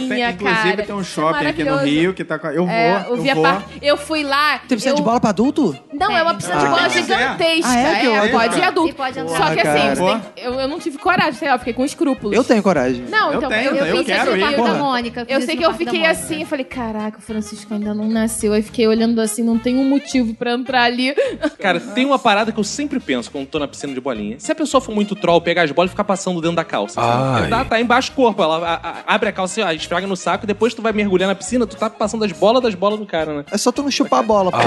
bolinha,
Tem- inclusive
cara.
tem um
Isso é
shopping aqui no
maravilhoso.
Rio que tá com. Eu vou,
É, eu,
eu,
vi a
vou.
par- eu fui lá.
Tem piscina
eu...
de bola pra adulto?
Não, é uma piscina de
Ah.
bola
Ah,
gigantesca.
é?
é,
Que ótimo.
pode ir
E
adulto.
pode
Só que
Ah,
assim,
cara.
você tem- eu, eu não tive coragem, sei lá, eu fiquei com escrúpulos.
Eu tenho coragem.
Não,
Eu
então,
tenho,
eu,
eu
fiz
quero
aquele
ir,
parque
da
porra.
Mônica.
Eu
fiz
sei
no
que eu
Parque da
fiquei
Mônica.
assim, eu falei, caraca, o Francisco ainda não nasceu. Aí fiquei olhando assim, não tem um motivo pra entrar ali.
Cara, tem uma parada que eu sempre penso quando tô na piscina de bolinha. Se a pessoa for muito troll, pegar as bolas e ficar passando dentro da calça.
Ai.
Tá, tá embaixo do corpo. Ela a- a- abre a calça, assim, ó, esfrega no saco e depois tu vai mergulhar na piscina, tu tá passando as bolas das bolas no cara, né?
É só tu não chupar a bola, pô.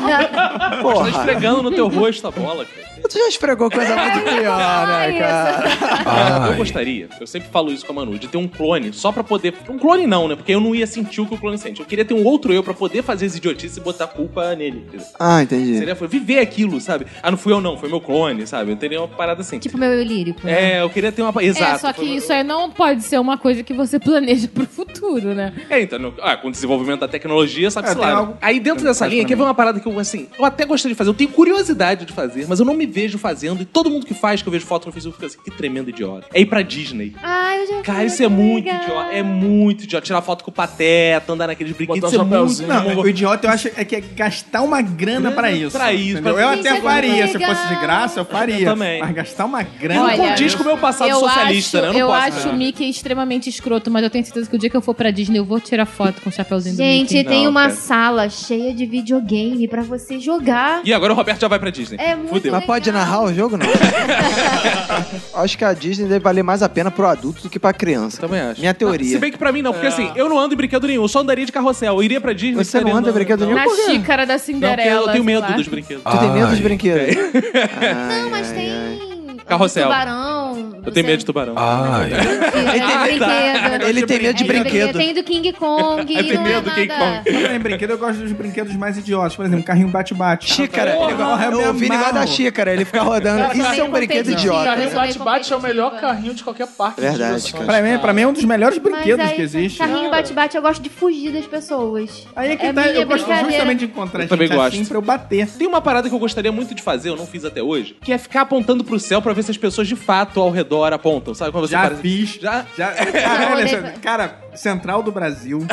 Tu tá
Porra.
esfregando no teu rosto a bola, cara.
Tu já esfregou coisa muito pior, né, cara?
Eu gostaria, eu sempre falo isso com a Manu, de ter um clone só pra poder. Um clone não, né? Porque eu não ia sentir o que o clone sente. Eu queria ter um outro eu pra poder fazer as idiotices e botar a culpa nele. entendeu?
Ah, entendi.
Seria foi viver aquilo, sabe? Ah, não fui eu não, foi meu clone, sabe? Eu teria uma parada assim.
Tipo meu eu lírico. né?
É, eu queria ter uma. Exato.
é, só que
foi-
isso aí não pode ser uma coisa que você planeja pro futuro, né?
É, então, no- ah, com o desenvolvimento da tecnologia, sabe-se
É, tem
lá. né?
algo-
Aí dentro
tem
dessa
faz
linha,
pra
quer
mim.
ver uma parada que eu, assim, eu até gostaria de fazer, eu tenho curiosidade de fazer, mas eu não me vejo fazendo, e todo mundo que faz, que eu vejo foto no Facebook, fica assim, que tremendo idiota. É ir pra Disney.
Ai, eu já
Cara, isso é muito idiota, é muito idiota. Tirar foto com o Pateta, andar naqueles brinquedos,
Botar
isso é muito...
chapéuzinho.
Não, o
mongo-
idiota eu acho é que é gastar uma grana pra isso.
pra isso,
entendeu?
pra-
Eu
Sim,
isso é
até faria. Se
legal.
fosse de graça, eu faria.
também.
Mas gastar uma grana.
Não
Olha,
condiz com o meu passado socialista,
acho,
né? Eu
eu
não posso.
acho o Mickey extremamente escroto, mas eu tenho certeza que o dia que eu for pra Disney, eu vou tirar foto com o chapéuzinho do
Gente,
Mickey.
tem
Não,
uma
cara.
sala cheia de videogame pra você jogar.
E agora o Roberto já vai pra Disney.
É muito
Fudeu.
legal.
Mas pode pode narrar o jogo, não. acho que a Disney deve valer mais a pena pro adulto do que pra criança.
Também acho.
Minha
Tá Se
teoria.
bem que pra mim não, porque assim, eu não ando em brinquedo nenhum, eu só andaria de carrossel. Eu iria pra Disney.
Você não
ficaria
anda
andando-
brinquedo nenhum?
Na
Por quê?
xícara da
Não, porque
Cinderela.
eu tenho
sei
medo
lá.
dos brinquedos.
Tu tem medo de brinquedos? Ai,
Não, mas tem.
Carrossel.
Tubarão.
Eu tenho medo de tubarão.
Ai,
Ele tem medo de brinquedo.
Tem do
[LAUGHS]
King Kong.
Eu tenho
não é
medo do King
nada-
Quando é brinquedo, eu gosto dos brinquedos mais idiotas. Por exemplo, carrinho bate-bate.
Xícara. Ele
Porra,
gosta-
eu me
o Vini
amarro.
gosta da xícara, ele fica rodando.
Cara,
Isso é um
carrinho
brinquedo
competitivo.
idiota.
Carrinho
Carrinho
bate-bate é o melhor
competitiva.
carrinho de qualquer parque.
É Verdade,
de diversão.
cara.
Pra mim, pra mim é um dos melhores
Mas
brinquedos
aí, tá,
que existe.
[LAUGHS]
carrinho bate-bate, eu gosto de fugir das pessoas.
Aí é que
é
tá,
minha
eu gosto
brincadeira.
justamente de encontrar
Eu
gente
também
assim
gosto.
pra eu bater.
Tem uma parada que eu gostaria muito de fazer, eu não fiz até hoje, que é ficar apontando pro céu pra ver se as pessoas de fato ao redor apontam, sabe? Quando você
Já
parece-
fiz.
Já?
Já, cara,
Não,
Alessandro,
deve-
cara, Central do Brasil.
[LAUGHS]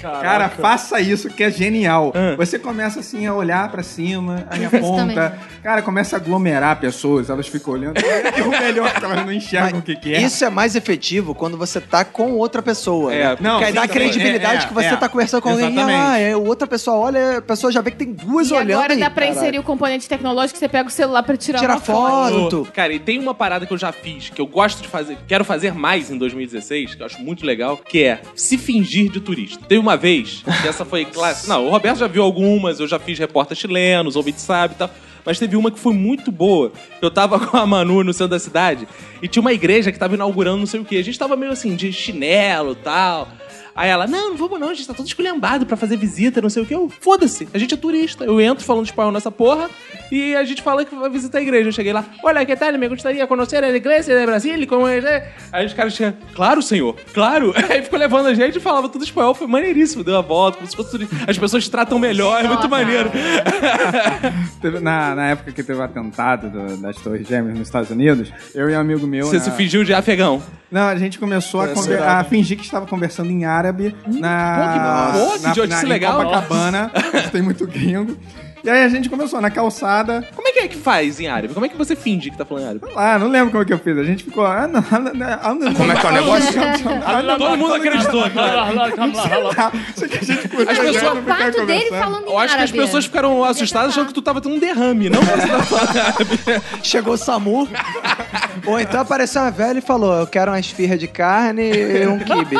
Cara, faça isso que é genial.
Ah.
Você começa assim a olhar pra cima, aí aponta.
também.
Cara, começa a aglomerar pessoas, elas ficam olhando. E o melhor é que elas não enxergam o que, que é.
Isso é mais efetivo quando você tá com outra pessoa.
É,
né?
não,
Porque aí
sim,
dá
sim.
credibilidade
É, é,
que você
é.
tá conversando com alguém e
Exatamente.
ah, é, outra pessoa olha, a pessoa já vê que tem duas
E
olhando.
agora
aí,
dá pra
caralho.
inserir o componente tecnológico, você pega o celular pra tirar
Tira
uma foto.
foto.
Cara, e tem uma parada que eu já fiz, que eu gosto de fazer, quero fazer mais em 2016, que eu acho muito legal, que é se fingir de turista. Teve uma vez, que essa foi classe. Não, o Roberto já viu algumas, eu já fiz repórter chilenos, ouvinte sabe e tal. Mas teve uma que foi muito boa. Eu tava [LAUGHS] com a Manu no centro da cidade e tinha uma igreja que tava inaugurando não sei o quê. A gente tava meio assim, de chinelo e tal. Aí ela, não, não vamos não, a gente tá todo esculhambado pra fazer visita, não sei o quê. Eu, Foda-se, a gente é turista. Eu entro falando espanhol nessa porra e a gente fala que vai visitar a igreja. Eu cheguei lá, olha, que tal, me gostaria de conhecer a igreja de Brasil? Como é? Aí os caras chegam, claro, senhor, claro. [LAUGHS] Aí ficou levando a gente e falava tudo espanhol, foi maneiríssimo. Deu a volta, como se fosse turista. As pessoas te tratam melhor, é muito
Nossa.
maneiro.
Teve- Na, na época que teve o atentado do- das Torres Gêmeas nos Estados Unidos, eu e um amigo meu.
Você
na-
se fingiu de afegão.
Não, a gente começou
É
a, conver- a fingir que estava conversando em árabe na.
pô, que- pô, que
Ah, na,
idiotice
na, em
legal.
Copacabana, tem muito gringo. E aí a gente começou na calçada.
Como é que é que faz em árabe? Como é que você finge que tá falando em árabe?
Sei lá, não lembro como é que eu fiz. A gente ficou. ah, não, ah, não, ah, não,
Como é que é o negócio?
Ah, não,
Todo mundo acreditou, cara.
tá. Só que a gente curtiu,
As pessoas-
né, não
O
ficar
fato dele
conversando.
falando em
Eu acho que as
árabe.
pessoas ficaram assustadas achando que tu tava tendo um derrame, não?
Chegou
[LAUGHS]
o Samu. Ou então apareceu uma velha e falou: Eu quero uma esfirra de carne e um quibe.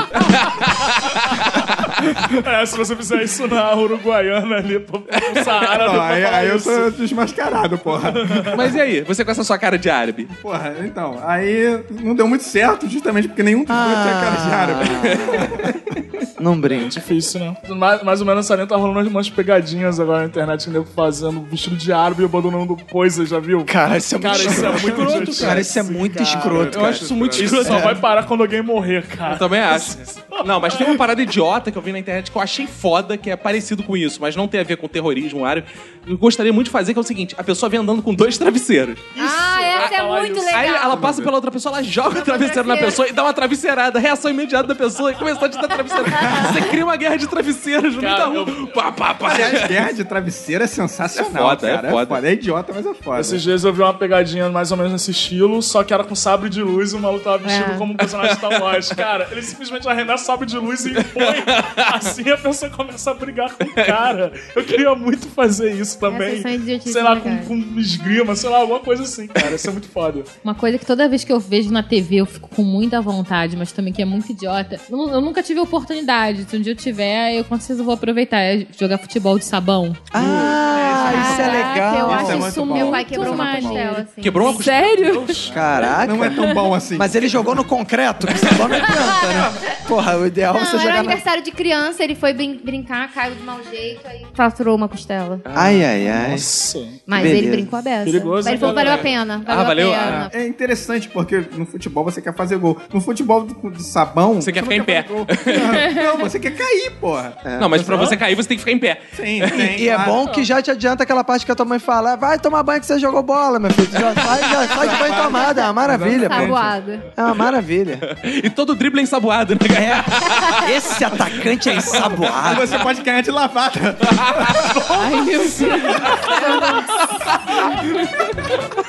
É, se você fizer isso na Uruguaiana ali, pro, pro Saara,
Não,
deu pra
aí,
falar
aí eu
isso.
sou desmascarado, porra.
Mas e aí? Você com essa sua cara de árabe?
Porra, então, aí não deu muito certo, justamente porque nenhum dos dois tinha cara de árabe.
Ah. Não brinde.
Difícil, não. Mais, mais ou menos, Sarinha tá rolando umas pegadinhas agora na internet, nego fazendo vestido de árabe e abandonando coisa, já viu?
Ah,
Cara, isso é
Cara,
muito
isso é muito
escroto, cara. Isso é muito escroto.
Eu acho isso muito
Isso
escroto.
só vai parar quando alguém morrer, cara.
Eu também acho. Não, mas tem uma parada idiota que eu vi na internet que eu achei foda, que é parecido com isso, mas não tem a ver com terrorismo árabe. Eu gostaria muito de fazer, que é o seguinte: a pessoa vem andando com dois travesseiros.
Ah, essa é
falar
muito
isso.
Aí
legal.
ela passa pela outra pessoa, ela joga o travesseiro na
travesseiro.
pessoa e dá uma travesseirada. Reação imediata da pessoa e começou a te dar travesseiro. Você cria uma guerra de travesseiros no meio da
Cara,
rua.
eu-
Pá, pá, pá.
Aliás, guerra de travesseiro é sensacional,
É foda, é
cara.
foda.
É idiota, mas é foda.
Esses dias eu vi uma pegadinha mais ou menos nesse estilo, só que era com sabre de luz e o maluco tava vestido
É.
como um personagem de Star Wars. Cara, ele simplesmente arremessa sabre de luz e põe. Assim a pessoa começa a brigar com o cara. Eu queria muito fazer isso também.
Essas são idiotices
sei lá, com,
legais.
com esgrima, sei lá, alguma coisa assim, cara. Isso é muito foda.
Uma coisa que toda vez que eu vejo na TV eu fico com muita vontade, mas também que é muito idiota. Eu, nu- eu nunca tive oportunidade. Se um dia eu tiver, eu com certeza vou aproveitar. É jogar futebol de sabão.
Ah, isso é
Caraca, Eu
legal.
Isso é
acho
muito
isso
bom.
muito
Meu pai quebrou uma
é
maneiro.
costela, assim.
Quebrou uma costela.
Sério?
Caraca.
Não é tão bom assim.
Mas ele jogou no concreto, que sabão não adianta, né? Porra, o ideal é
Não,
você
era
jogar na.
aniversário de criança, ele foi brin- brincar, caiu de mau jeito, aí fraturou uma costela.
Ai, ai, ai.
Nossa.
Mas
Beleza.
ele brincou a beça.
Perigoso,
Mas ele falou,
né,
valeu a
cara?
pena. Valeu
Ah, valeu?
a pena.
É interessante, porque no futebol você quer fazer gol. No futebol do, do sabão.
Você quer
não
ficar em
fazer gol. [LAUGHS] Não, você quer cair, porra.
Não, mas pra você cair, você tem que ficar em pé.
Sim,
E, e é bom que já te adianta aquela parte que a tua mãe fala: vai tomar banho que você jogou bola, meu filho. Já sai, já sai de banho tomada. É uma maravilha,
tá
pô.
Saboado.
É uma maravilha.
[LAUGHS]
E todo drible é ensaboado, né, galera?
É. Esse atacante é
Aí
ensaboado.
você pode ganhar de lavada.
Ai, meu Deus.